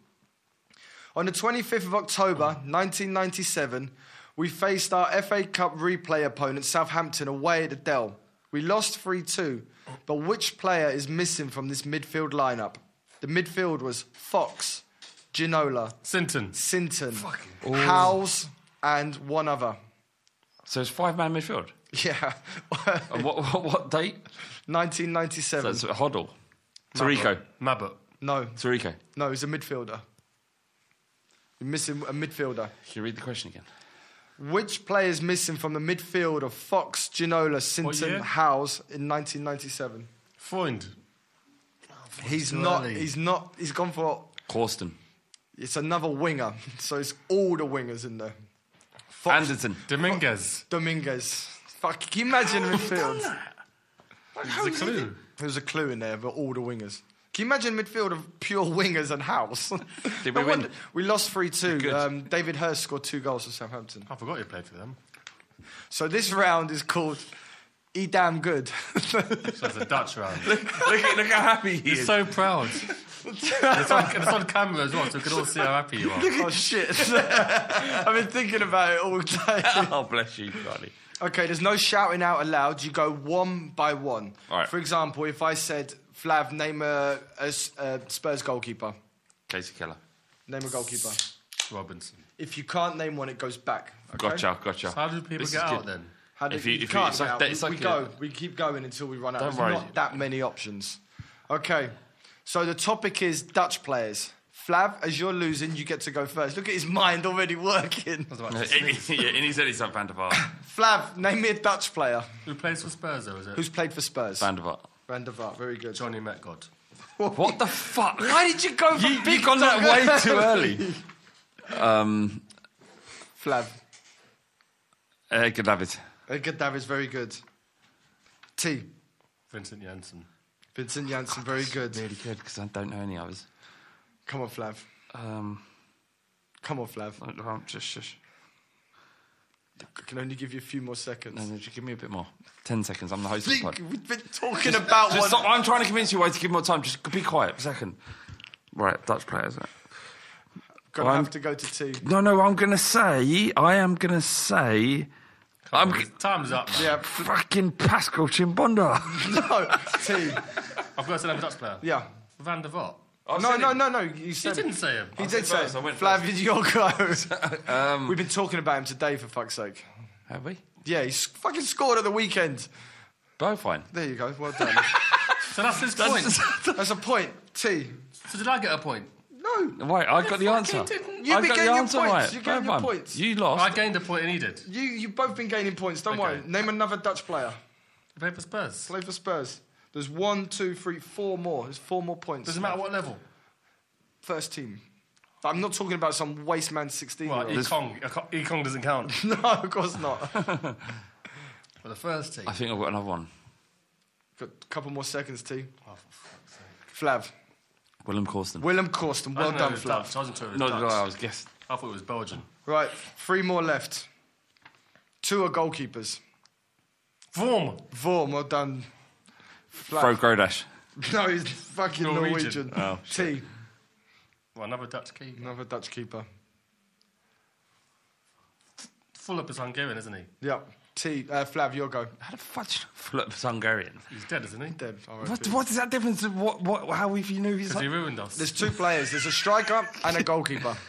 Speaker 8: On the 25th of October 1997, we faced our FA Cup replay opponent Southampton away at the Dell. We lost 3 2, but which player is missing from this midfield lineup? The midfield was Fox, Ginola,
Speaker 5: Sinton.
Speaker 8: Sinton, Howes, and one other.
Speaker 1: So it's five man midfield.
Speaker 8: Yeah,
Speaker 1: And what, what, what date?
Speaker 8: 1997.
Speaker 1: That's Hoddle. Tarico.
Speaker 5: Mabut.
Speaker 8: no,
Speaker 1: Tarico.
Speaker 8: no, he's a midfielder. You're missing a midfielder.
Speaker 1: Can you read the question again?
Speaker 8: Which player is missing from the midfield of Fox, Ginola,
Speaker 5: year?
Speaker 8: Sinton, Howes in 1997?
Speaker 5: Freund.
Speaker 8: He's
Speaker 5: Too
Speaker 8: not.
Speaker 5: early.
Speaker 8: He's not. He's gone for.
Speaker 1: Corsten.
Speaker 8: It's another winger. So it's all the wingers in there.
Speaker 1: Anderson.
Speaker 5: Dominguez.
Speaker 8: Dominguez. Fuck. Can you imagine midfield?
Speaker 5: It's a clue.
Speaker 8: There's a clue in there, but all the wingers. Can you imagine midfield of pure wingers and House?
Speaker 1: Did
Speaker 8: No
Speaker 1: we win?
Speaker 8: wonder- We lost 3 2.
Speaker 1: Good. Oh,
Speaker 8: Um, David Hurst scored two goals for Southampton.
Speaker 5: I forgot you played for them.
Speaker 8: So this round is called E Damn Good.
Speaker 5: So it's a Dutch round.
Speaker 1: look, at- look how happy he
Speaker 5: He's
Speaker 1: is.
Speaker 5: so proud. it's, on, it's on camera as well, so we can all see how happy you are.
Speaker 8: oh, shit. I've been thinking about it all day.
Speaker 1: oh, bless you, Charlie.
Speaker 8: Okay, there's no shouting out aloud. You go one by one.
Speaker 1: All right.
Speaker 8: For example, if I said, Flav, name a, a s- a Spurs goalkeeper.
Speaker 1: Casey Keller.
Speaker 8: Name a goalkeeper.
Speaker 5: Robinson.
Speaker 8: If you can't name one, it goes back. okay?
Speaker 1: Gotcha, gotcha.
Speaker 5: How do people
Speaker 1: This
Speaker 5: get
Speaker 1: is
Speaker 5: out
Speaker 1: good.
Speaker 5: then?
Speaker 8: How do
Speaker 1: If
Speaker 8: if
Speaker 1: you-
Speaker 8: you,
Speaker 1: if you-
Speaker 8: can't
Speaker 1: it's
Speaker 8: get
Speaker 1: like
Speaker 8: out,
Speaker 1: that- it's
Speaker 8: we,
Speaker 1: like
Speaker 8: we go.
Speaker 1: a-
Speaker 8: we keep going until we run out.
Speaker 1: Don't
Speaker 8: There's
Speaker 1: worry.
Speaker 8: not that many options. Okay, so the topic is Dutch players. Flav, as you're losing, you get to go first. Look at his mind already working.
Speaker 1: yeah, and he said he's like Van der Vaart.
Speaker 8: Flav, name me a Dutch player
Speaker 5: Who plays for Spurs though, is it?
Speaker 8: who's played for Spurs.
Speaker 1: Van der Vaart.
Speaker 8: Van der Vaart, very good.
Speaker 5: Johnny Metgod.
Speaker 1: What the fuck?
Speaker 8: Why did you go for
Speaker 1: You, you
Speaker 8: big
Speaker 1: gone that
Speaker 8: dog?
Speaker 1: way too early. Um,
Speaker 8: Flav,
Speaker 1: uh, good habit.
Speaker 8: Edgar Davids, very good. T,
Speaker 5: Vincent Janssen.
Speaker 8: Vincent Janssen, very good.
Speaker 1: Really good because I don't know any others.
Speaker 8: Come on, Flav.
Speaker 1: Um,
Speaker 8: Come on, Flav.
Speaker 1: I- I'm just, shush.
Speaker 8: I can only give you a few more seconds.
Speaker 1: No, no, just give me a bit more. Ten seconds. I'm the host of the
Speaker 8: Think
Speaker 1: pod.
Speaker 8: we've been talking about
Speaker 1: Just
Speaker 8: one.
Speaker 1: stop- I'm trying to convince you why to give more time. Just be quiet. A second. Right, Dutch players. right.
Speaker 8: Gonna
Speaker 1: I'm-
Speaker 8: have to go to T.
Speaker 1: No, no. I'm gonna say. I am gonna say. I'm g-
Speaker 5: Time's up. man.
Speaker 8: Yeah,
Speaker 1: fucking Pascal Chimbonda.
Speaker 8: no, T.
Speaker 5: I've got to say another Dutch player.
Speaker 8: Yeah.
Speaker 5: Van der Vaart.
Speaker 8: No, no, no, no. You
Speaker 5: He
Speaker 8: said
Speaker 5: didn't say him.
Speaker 8: He did say.
Speaker 1: first, I went
Speaker 8: Flav, it's your go.
Speaker 1: Um,
Speaker 8: We've been talking about him today, for fuck's sake.
Speaker 1: Have we?
Speaker 8: Yeah, he's fucking scored at the weekend.
Speaker 1: Both fine.
Speaker 8: There you go. Well done.
Speaker 5: So that's his point.
Speaker 8: That's a point. T.
Speaker 5: so did I get a point?
Speaker 8: No.
Speaker 1: Right, I got the answer.
Speaker 5: didn't.
Speaker 8: You've
Speaker 1: I got the
Speaker 8: been getting your
Speaker 1: answer
Speaker 8: points.
Speaker 1: right.
Speaker 8: You're getting
Speaker 1: Both
Speaker 8: your
Speaker 1: fine.
Speaker 8: points.
Speaker 1: You lost.
Speaker 5: I gained a point he did.
Speaker 8: You you've both been gaining points. Don't worry.
Speaker 5: Okay.
Speaker 8: Name another Dutch player.
Speaker 5: He played for Spurs.
Speaker 8: Play for Spurs. There's one, two, three, four more. There's four more points.
Speaker 5: Doesn't matter what level.
Speaker 8: First team. I'm not talking about some waste man 16 year
Speaker 5: Well,
Speaker 8: old.
Speaker 5: Ekong. Ekong doesn't count.
Speaker 8: No, of course not.
Speaker 5: For the first team.
Speaker 1: I think I've got another one.
Speaker 8: Got a couple more seconds, T.
Speaker 5: Oh,
Speaker 8: Flav.
Speaker 1: Willem Corsten.
Speaker 8: Willem Corsten.
Speaker 5: I
Speaker 8: Well
Speaker 5: didn't know it
Speaker 8: done,
Speaker 5: was
Speaker 8: Flav.
Speaker 5: Dutch. I wasn't sure it was
Speaker 1: no, no,
Speaker 5: Dutch.
Speaker 1: no, I was guessing.
Speaker 5: I thought it was Belgian.
Speaker 8: Right, three more left. Two are goalkeepers.
Speaker 5: Vorm.
Speaker 8: Vorm, well done.
Speaker 1: Fro Grodash.
Speaker 8: No, he's fucking
Speaker 5: Norwegian.
Speaker 8: Norwegian.
Speaker 1: Oh,
Speaker 8: T,
Speaker 5: Well, another Dutch keeper.
Speaker 8: another Dutch keeper.
Speaker 5: Fulop is Hungarian, isn't he?
Speaker 8: Yep. T, uh, Flav, your go.
Speaker 1: How the fuck do you Philip was Hungarian?
Speaker 5: He's dead, isn't he?
Speaker 8: Dead. R.I.P.
Speaker 1: What, what is that difference? of What, what, how if you knew he's
Speaker 5: Because he
Speaker 1: like...
Speaker 5: ruined us.
Speaker 8: There's two players. There's a striker and a goalkeeper.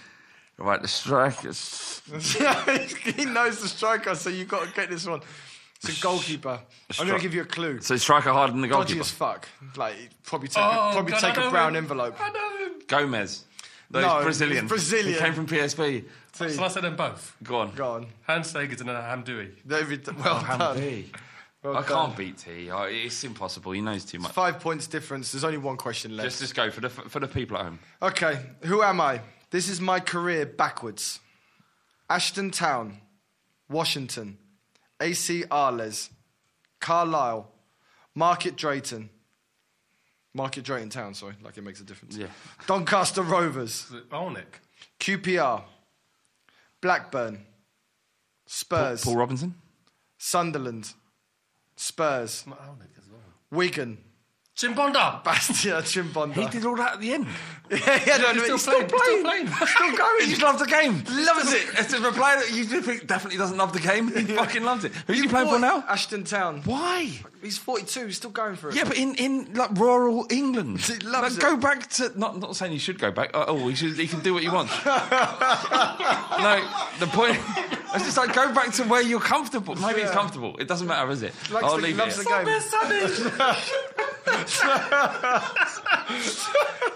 Speaker 1: Right, the strikers.
Speaker 8: he knows the striker, so you got to get this one. It's a goalkeeper. I'm going
Speaker 1: stri-
Speaker 8: to give you a clue.
Speaker 1: So striker harder than the
Speaker 8: Dodgy
Speaker 1: goalkeeper.
Speaker 8: as fuck. Like he'd probably take
Speaker 5: Oh,
Speaker 8: a, probably
Speaker 5: God,
Speaker 8: take
Speaker 5: I know
Speaker 8: a brown
Speaker 5: him.
Speaker 8: envelope.
Speaker 5: I know him.
Speaker 1: Gomez. No,
Speaker 8: No,
Speaker 1: he's Brazilian.
Speaker 8: he's Brazilian.
Speaker 1: He came from PSP.
Speaker 8: T,
Speaker 5: So I said them both.
Speaker 1: Go on.
Speaker 8: go on.
Speaker 5: Hans Sagers and Hamdoui.
Speaker 8: David, well
Speaker 1: Ham
Speaker 8: done.
Speaker 1: B.
Speaker 8: Well
Speaker 1: Oh, I
Speaker 8: done.
Speaker 1: can't beat T. I, it's impossible. He knows too much.
Speaker 8: Five points difference. There's only one question left.
Speaker 1: Just, just go for the for the people at home.
Speaker 8: Okay, who am I? This is my career backwards. Ashton Town, Washington, AC Arles, Carlisle, Market Drayton. Market Drayton Town, sorry, like it makes a difference.
Speaker 5: Yeah.
Speaker 8: Doncaster Rovers,
Speaker 5: Arnick.
Speaker 8: QPR, Blackburn, Spurs.
Speaker 1: Paul Robinson?
Speaker 8: Sunderland, Spurs,
Speaker 5: Arnick as well.
Speaker 8: Wigan.
Speaker 5: Chimbonda!
Speaker 8: Bastia Chimbonda.
Speaker 1: He did all that at the end.
Speaker 8: yeah, yeah, no, no,
Speaker 1: He's
Speaker 8: he's
Speaker 1: still
Speaker 8: still
Speaker 1: playing,
Speaker 8: playing.
Speaker 1: he's still playing.
Speaker 8: going.
Speaker 1: He loved the game.
Speaker 8: Loves it.
Speaker 1: It's a reply that you do think definitely doesn't love the game. He fucking loves it. Who's he playing for now?
Speaker 8: Ashton Town.
Speaker 1: Why?
Speaker 8: He's 42. He's still going for it.
Speaker 1: Yeah, but in, in like rural England,
Speaker 8: He loves
Speaker 1: Like, go back to not not saying you should go back. Uh, Oh, he should. He can do what he wants. no, the point. It's just like go back to where you're comfortable. Maybe it's
Speaker 8: Yeah.
Speaker 1: comfortable. It doesn't matter, is it?
Speaker 8: Likes
Speaker 1: I'll
Speaker 8: the-
Speaker 1: leave
Speaker 8: loves
Speaker 1: it.
Speaker 8: the game.
Speaker 5: It's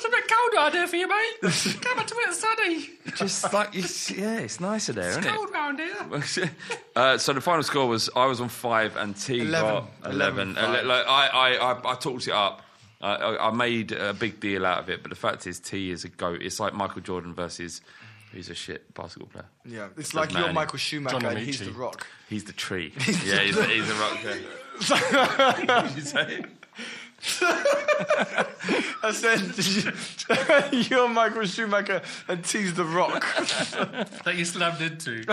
Speaker 5: a bit cold out there for you, mate. Come it's a bit sunny.
Speaker 1: Just like you, yeah, it's nicer there, isn't it?
Speaker 5: round here.
Speaker 1: uh, so the final score was I was on five and T
Speaker 8: Eleven.
Speaker 1: got eleven.
Speaker 8: Eleven, five.
Speaker 1: Ele- like, I, I, I, I talked it up. I, I, I made a big deal out of it, but the fact is T is a goat. It's like Michael Jordan versus who's a shit basketball player.
Speaker 8: Yeah, it's
Speaker 1: Doesn't
Speaker 8: like
Speaker 1: matter
Speaker 8: you're
Speaker 1: any-
Speaker 8: Michael Schumacher
Speaker 5: John
Speaker 8: and he's the
Speaker 5: Amici.
Speaker 8: Rock.
Speaker 1: He's the tree. yeah, he's, a- he's a rock. Did you say?
Speaker 8: I said you're Michael Schumacher and he's the Rock.
Speaker 5: That you slammed into.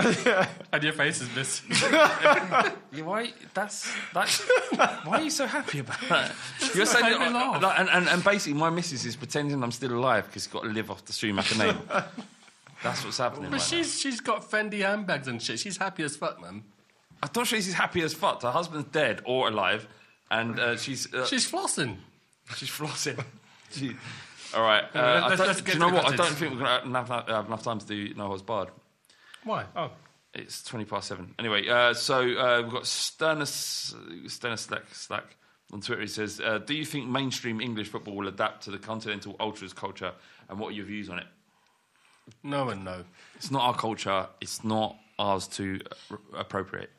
Speaker 5: And your face is missing.
Speaker 1: Yeah, why? That's that's. why are you so happy about that? You're saying
Speaker 5: made
Speaker 1: that-
Speaker 5: me laugh.
Speaker 1: like, and, and and basically, my missus is pretending I'm still alive because she's got to live off the Schumacher name. That's what's happening.
Speaker 5: But
Speaker 1: right now.
Speaker 5: she's she's got Fendi handbags and shit. She's happy as fuck, man.
Speaker 1: I'm not sure she's happy as fuck. Her husband's dead or alive, and uh, she's uh,
Speaker 5: She's flossing.
Speaker 1: she's flossing. She- All right. Uh,
Speaker 5: Let's-
Speaker 1: I
Speaker 5: let's-
Speaker 1: don't-
Speaker 5: let's
Speaker 1: do
Speaker 5: get
Speaker 1: you
Speaker 5: to
Speaker 1: know
Speaker 5: the
Speaker 1: what? I
Speaker 5: cottage.
Speaker 1: don't think we're going to have, enough- have enough time to do No Holds Barred.
Speaker 5: Why? Oh.
Speaker 1: It's 20 past seven. Anyway, uh, so uh, we've got Sternus, Sternus Slack, Slack on Twitter. He says, uh, Do you think mainstream English football will adapt to the continental ultras culture and what are your views on it?
Speaker 5: No and no.
Speaker 1: It's not our culture, it's not ours to uh, appropriate.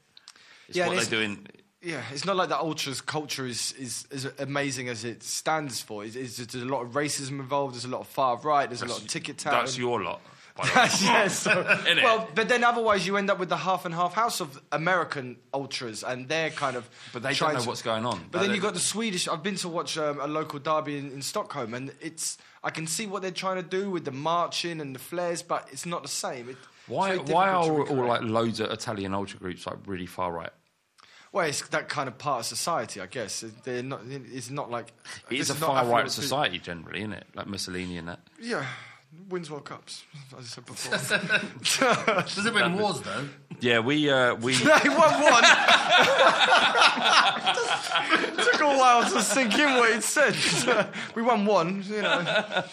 Speaker 1: It's
Speaker 8: Yeah,
Speaker 1: what
Speaker 8: and
Speaker 1: they're
Speaker 8: it's-
Speaker 1: doing.
Speaker 8: Yeah, it's not like that ultras culture is, is as amazing as it stands for. It's, it's, there's a lot of racism involved. There's a lot of far right. There's a lot of ticket touting.
Speaker 1: That's your lot. by the way.
Speaker 8: That's- yeah, so-
Speaker 1: Innit?
Speaker 8: well, but then otherwise you end up with the half and half house of American ultras, and they're kind of.
Speaker 1: But they don't
Speaker 8: trying
Speaker 1: know
Speaker 8: to-
Speaker 1: what's going on. They
Speaker 8: But then
Speaker 1: don't-
Speaker 8: you've got the Swedish. I've been to watch um, a local derby in, in Stockholm, and it's. I can see what they're trying to do with the marching and the flares, but it's not the same. It, it's
Speaker 1: Why,
Speaker 8: very
Speaker 1: why
Speaker 8: difficult to
Speaker 1: are all like
Speaker 8: recreate.
Speaker 1: loads of Italian ultra groups like really far right?
Speaker 8: Well, it's that kind of part of society, I guess. They're not. It's not like.
Speaker 1: It is
Speaker 8: this
Speaker 1: a
Speaker 8: not
Speaker 1: far right
Speaker 8: affluent people.
Speaker 1: society generally, isn't it? Like Mussolini and that.
Speaker 8: Yeah, wins World Cups, as I said before.
Speaker 5: Does it win wars though?
Speaker 1: Yeah, we uh, we
Speaker 8: He won one. Took a while to sink in what he'd said. we won one, you know.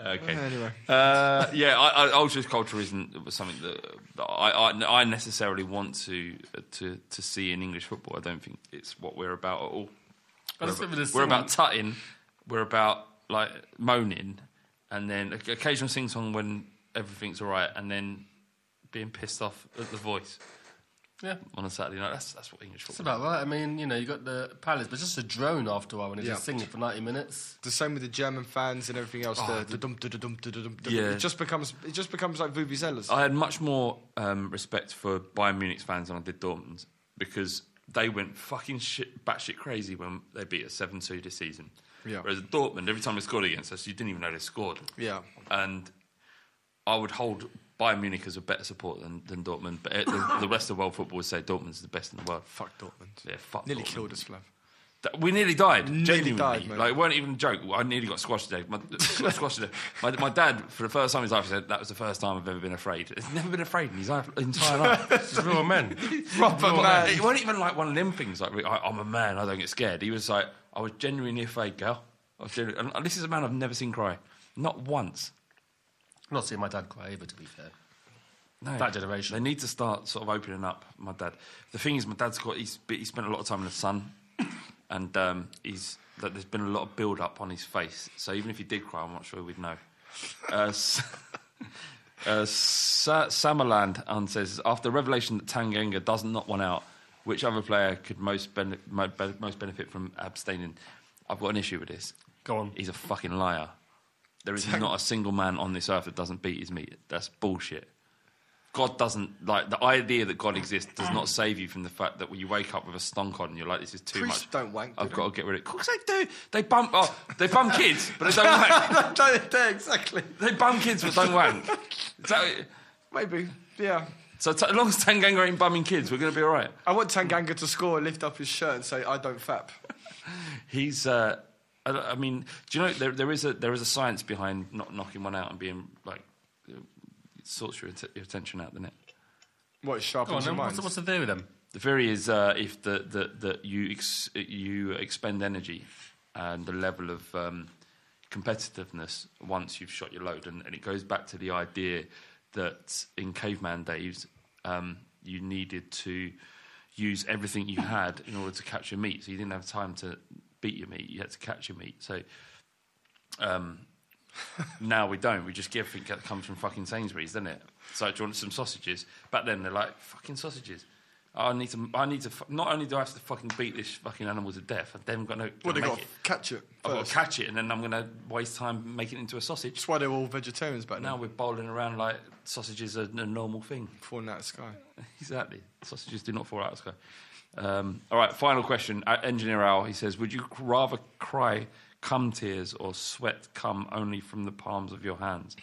Speaker 1: okay.
Speaker 8: Anyway.
Speaker 1: Uh, yeah, I, I, ultras culture isn't something that, that I, I, I necessarily want to uh, to to see in English football. I don't think it's what we're about at all.
Speaker 5: I
Speaker 1: We're,
Speaker 5: just remember
Speaker 1: about,
Speaker 5: this
Speaker 1: we're
Speaker 5: song.
Speaker 1: about tutting. We're about like moaning, and then oc- occasional sing song when everything's all right, and then being pissed off at the voice
Speaker 5: Yeah.
Speaker 1: on a Saturday night. That's that's what English football.
Speaker 5: That's about right. I mean, you know, you got the palace, but just a drone after a while when it's
Speaker 8: Yeah.
Speaker 5: just singing for 90 minutes.
Speaker 8: The same with the German fans and everything else.
Speaker 1: Oh,
Speaker 8: the,
Speaker 1: the-
Speaker 8: the dum, da, da, dum, da, da, dum, da,
Speaker 1: Yeah.
Speaker 8: It just becomes it just becomes like vuvuzelas.
Speaker 1: I had much more um, respect for Bayern Munich's fans than I did Dortmund's because they went fucking shit, batshit crazy when they beat us 7 2 this season.
Speaker 8: Yeah.
Speaker 1: Whereas Dortmund, every time they scored against us, you didn't even know they scored.
Speaker 8: Yeah.
Speaker 1: And I would hold Bayern Munich as a better support than, than Dortmund, but uh, the, the rest of world football would say Dortmund's the best in the world.
Speaker 8: Fuck Dortmund.
Speaker 1: Yeah, fuck
Speaker 8: Nearly
Speaker 1: Dortmund.
Speaker 8: killed us, Flav.
Speaker 1: That- We nearly died.
Speaker 8: Nearly
Speaker 1: genuinely.
Speaker 8: died, mate.
Speaker 1: like it weren't even a joke. I nearly got squashed today. My, got squashed today. My, my dad, for the first time in his life, said that was the first time I've ever been afraid. He's never been afraid in his life- entire life.
Speaker 5: Just real men.
Speaker 8: Proper man.
Speaker 1: It weren't even like one of them things. Like I, I'm a man. I don't get scared. He was like, I was genuinely afraid, girl. I was genuinely, and this is a man I've never seen cry, not once.
Speaker 5: I'm not seeing my dad cry either, to be fair.
Speaker 1: No.
Speaker 5: That generation.
Speaker 1: They need to start sort of opening up. My dad. The thing is, my dad's got. He's he spent a lot of time in the sun, and um, he's that there's been a lot of build up on his face. So even if he did cry, I'm not sure we'd know. Uh, s- uh, Sa- Samaland and says after revelation that Tanganga doesn't knock one out, which other player could most ben- mo- be- most benefit from abstaining? I've got an issue with this.
Speaker 5: Go on.
Speaker 1: He's a fucking liar. There is not a single man on this earth that doesn't beat his meat. That's bullshit. God doesn't like the idea that God exists does not save you from the fact that when you wake up with a stonk on, you're like, "This is too
Speaker 8: Priests
Speaker 1: much."
Speaker 8: don't wank, do
Speaker 1: I've
Speaker 8: they?
Speaker 1: got to get rid of it. Of course they do. They bump. Oh, they bum kids, but they don't wank.
Speaker 8: exactly.
Speaker 1: They bum kids, but don't wank. So,
Speaker 8: Maybe. Yeah.
Speaker 1: so t- as long as Tanganga ain't bumming kids, we're going to be all right.
Speaker 8: I want Tanganga to score and lift up his shirt and say, I don't fap.
Speaker 1: He's. Uh, I, don't- I mean, do you know there, there is a there is a science behind not knocking one out and being like it sorts your, att- your attention out the net.
Speaker 8: What,
Speaker 5: Go on,
Speaker 8: sharpens your
Speaker 5: then.
Speaker 8: mind?
Speaker 5: What's, what's the theory then?
Speaker 1: The theory is uh, if the, the, that you ex- you expend energy and the level of um, competitiveness once you've shot your load, and, and it goes back to the idea that in caveman days um, you needed to use everything you had in order to catch your meat, so you didn't have time to beat your meat; you had to catch your meat. So um, now we don't. We just get everything that comes from fucking Sainsbury's, doesn't it? So do you want some sausages? Back then they're like fucking sausages. I need to. I need to. fu- Not only do I have to fucking beat this fucking animal to death, I've then got no.
Speaker 8: What, they
Speaker 1: make
Speaker 8: got to
Speaker 1: it.
Speaker 8: catch it
Speaker 1: I've got to
Speaker 8: first?
Speaker 1: catch it, and then I'm going to waste time making it into a sausage.
Speaker 8: That's why they're all vegetarians back
Speaker 1: Now
Speaker 8: now.
Speaker 1: we're bowling around like sausages are a normal thing.
Speaker 8: Falling out of the sky.
Speaker 1: Exactly. Sausages do not fall out of the sky. Um, all right, final question. Uh, Engineer Al, he says, would you rather cry cum tears or sweat come only from the palms of your hands?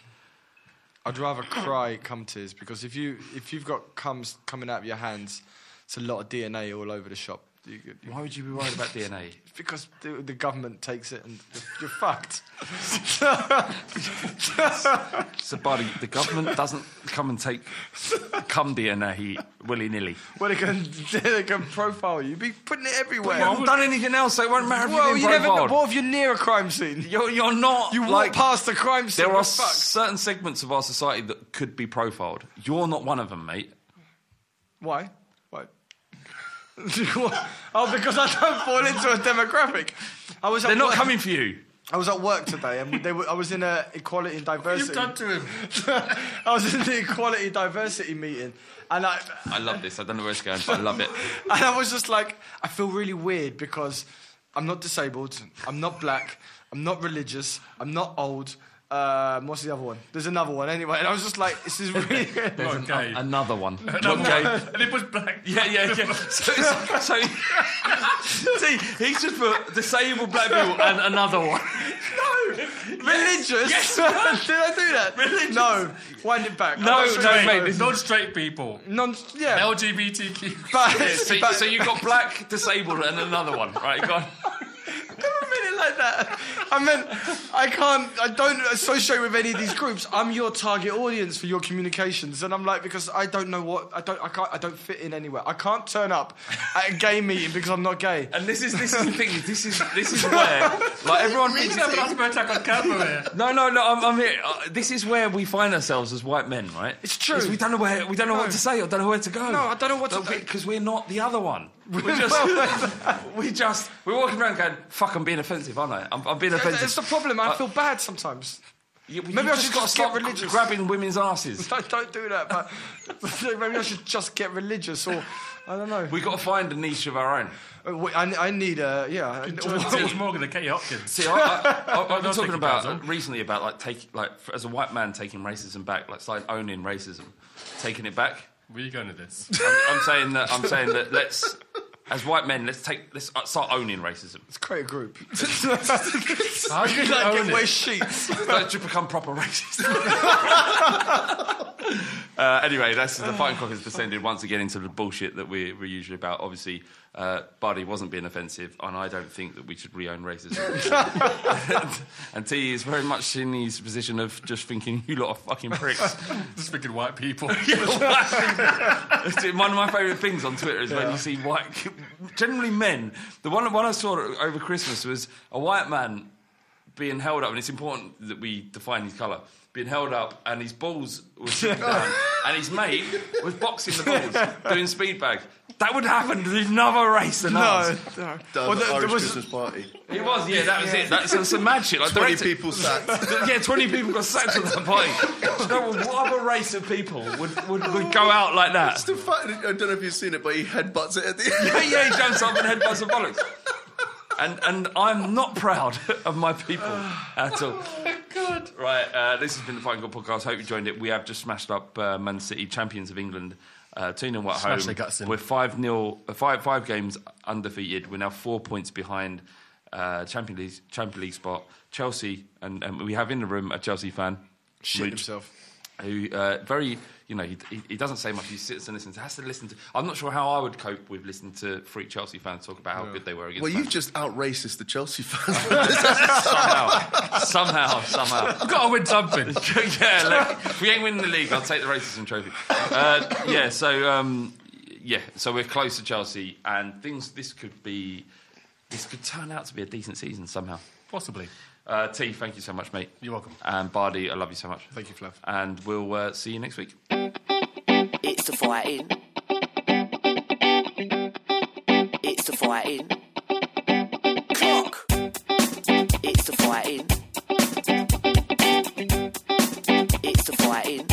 Speaker 8: I'd rather cry cum tears because if you if you've got cums coming out of your hands, it's a lot of DNA all over the shop. You, you,
Speaker 1: Why would you be worried about DNA?
Speaker 8: because the, the government takes it and you're fucked.
Speaker 1: So, buddy, the government doesn't come and take cum DNA willy nilly.
Speaker 8: Well, they can they can profile you. You'd be putting it everywhere.
Speaker 1: You haven't done anything else, so it won't matter if
Speaker 8: well,
Speaker 1: you've
Speaker 8: you
Speaker 1: been
Speaker 8: never. know.
Speaker 1: profiled.
Speaker 8: What if you're near a crime scene?
Speaker 1: You're, you're not.
Speaker 8: You walk
Speaker 1: like,
Speaker 8: past the crime scene.
Speaker 1: There
Speaker 8: you're
Speaker 1: are
Speaker 8: fucked.
Speaker 1: certain segments of our society that could be profiled. You're not one of them, mate.
Speaker 8: Why? Why? oh, because I don't fall into a demographic. I was. at
Speaker 1: They're not
Speaker 8: work-
Speaker 1: coming for you.
Speaker 8: I was at work today, and they were, I was in a equality and diversity.
Speaker 5: You've done to him.
Speaker 8: I was in the equality diversity meeting, and I
Speaker 1: I love this. I don't know where it's going, but I love it.
Speaker 8: and I was just like, I feel really weird because I'm not disabled, I'm not black, I'm not religious, I'm not old. Um, what's the other one? There's another one anyway, and I was just like, this is really.
Speaker 5: There's an- Okay.
Speaker 1: Oh, Another one.
Speaker 5: And it was black.
Speaker 1: Yeah, yeah, yeah. So, it's- so see, he's just put disabled black people and another one.
Speaker 8: no, religious.
Speaker 1: Yes.
Speaker 8: Did I do that? Religious. No, wind it back.
Speaker 1: No,
Speaker 8: I'm not
Speaker 1: no,
Speaker 8: sure.
Speaker 1: mate, this-
Speaker 5: Non-straight people.
Speaker 8: Non, yeah.
Speaker 5: LGBTQ.
Speaker 8: but,
Speaker 1: So,
Speaker 8: but-
Speaker 1: so you've got black, disabled, and another one. Right, go on.
Speaker 8: never meant it like that. I meant I can't. I don't associate with any of these groups. I'm your target audience for your communications, and I'm like because I don't know what I don't. I can't. I don't fit in anywhere. I can't turn up at a gay meeting because I'm not gay.
Speaker 1: And this is this is the thing. is This is this is where like everyone thinks.
Speaker 5: Have an asthma attack on camera here.
Speaker 1: No, no, no. I'm, I'm here. Uh, this is where we find ourselves as white men, right?
Speaker 8: It's true.
Speaker 1: Is We don't know where we don't know
Speaker 8: No.
Speaker 1: what to say or don't know where to go.
Speaker 8: No, I don't know what to-
Speaker 1: because we're not the other one. We're just we just we're walking around going fuck. I'm being offensive, aren't I? I'm, I'm being offensive.
Speaker 8: It's the problem. I
Speaker 1: Uh,
Speaker 8: feel bad sometimes.
Speaker 1: you- you
Speaker 8: maybe I
Speaker 1: just
Speaker 8: should
Speaker 1: gotta
Speaker 8: just get
Speaker 1: stop
Speaker 8: religious.
Speaker 1: grabbing women's asses.
Speaker 8: Don't, don't do that. But maybe I should just get religious, or I don't know.
Speaker 1: We got to find a niche of our own.
Speaker 8: Uh, wait, I, I need a yeah.
Speaker 5: James Morgan and Katie Hopkins.
Speaker 1: See, I, I, I, I've been
Speaker 5: Don't take
Speaker 1: talking
Speaker 5: your
Speaker 1: about
Speaker 5: pants off.
Speaker 1: recently about like take like f- as a white man taking racism back, like, it's like owning racism, taking it back.
Speaker 5: Where are you going with this?
Speaker 1: I'm, I'm saying that I'm saying that let's as white men let's take let's uh, start owning racism.
Speaker 8: Let's create a group.
Speaker 5: How do you
Speaker 8: like
Speaker 5: own
Speaker 8: give away
Speaker 5: it?
Speaker 8: sheets.
Speaker 1: Like, to become proper racist. uh, anyway, that's the fighting cock has descended once again into the bullshit that we, we're usually about. Obviously, uh, Barty wasn't being offensive, and I don't think that we should re-own racism. and, and T is very much in his position of just thinking you lot are fucking pricks.
Speaker 5: Just thinking white people.
Speaker 1: It's One of my favourite things on Twitter is when you see white, generally men. The one one I saw over Christmas was a white man being held up, and it's important that we define his colour. Being held up, and his balls were sitting down, and his mate was boxing the balls, doing speed bag. That would happen to another race than
Speaker 9: No,
Speaker 1: ours.
Speaker 9: no. The Irish Christmas party.
Speaker 1: It was, yeah, that was
Speaker 9: Yeah.
Speaker 1: it. That's, that's some mad shit. Like
Speaker 9: 20
Speaker 1: director-
Speaker 9: people sacked.
Speaker 1: yeah, 20 people got sacked at that party. Do you know what, what other race of people would, would, would go out like that?
Speaker 9: It's the fact, I don't know if you've seen it, but he headbutts it at the end.
Speaker 1: yeah, yeah, he jumps up and headbutts a bollocks. And, and I'm not proud of my people at all.
Speaker 9: God.
Speaker 1: Right, uh, this has been the Fighting God podcast. Hope you joined it. We have just smashed up uh, Man City, champions of England. Uh, two 0 at
Speaker 5: Smash
Speaker 1: home.
Speaker 5: their guts in.
Speaker 1: We're five 0 five five games undefeated. We're now four points behind uh, Champions League Champions League spot. Chelsea, and, and we have in the room a Chelsea fan.
Speaker 8: Shit
Speaker 1: Mooch,
Speaker 8: himself.
Speaker 1: Who uh, very you know he, he, he doesn't say much. He sits and listens. Has to listen to. I'm not sure how I would cope with listening to freak Chelsea fans talk about how good they were against.
Speaker 9: Well,
Speaker 1: Man
Speaker 9: you've just out racist the Chelsea fans.
Speaker 1: somehow, somehow, somehow. I've got to win something. yeah, look, if we ain't winning the league, I'll take the racism trophy. Uh, yeah, so um, yeah, so we're close to Chelsea, and things. This could be, this could turn out to be a decent season somehow.
Speaker 5: Possibly.
Speaker 1: Uh, T, thank you so much, mate.
Speaker 5: You're welcome.
Speaker 1: And Bardi, I love you so much.
Speaker 5: Thank you, Flav.
Speaker 1: And we'll uh, see you next week.
Speaker 4: It's the fighting. It's the fighting. Clock. It's the fighting. It's the fighting.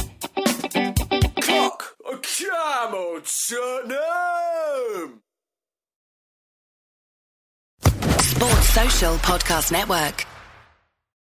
Speaker 4: Clock. Come on, Tottenham.
Speaker 10: Sports Social Podcast Network.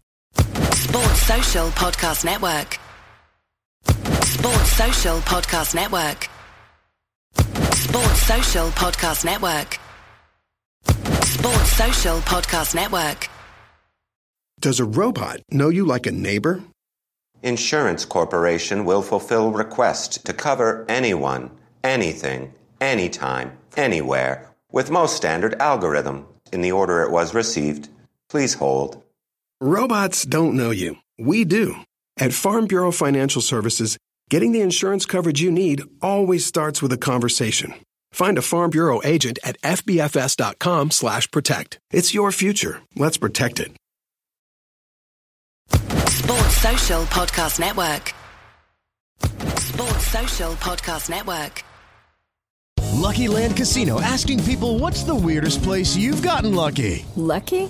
Speaker 10: Sports Social Podcast Network. Sports Social Podcast Network. Sports Social Podcast Network. Sports Social Podcast Network.
Speaker 11: Does a robot know you like a neighbor?
Speaker 12: Insurance Corporation will fulfill requests to cover anyone, anything, anytime, anywhere, with most standard algorithm in the order it was received. Please hold.
Speaker 11: Robots don't know you. We do. At Farm Bureau Financial Services, getting the insurance coverage you need always starts with a conversation. Find a Farm Bureau agent at fbfs.com slash protect. It's your future. Let's protect it.
Speaker 10: Sports Social Podcast Network. Sports Social Podcast Network.
Speaker 5: Lucky Land Casino asking people what's the weirdest place you've gotten lucky?
Speaker 3: Lucky?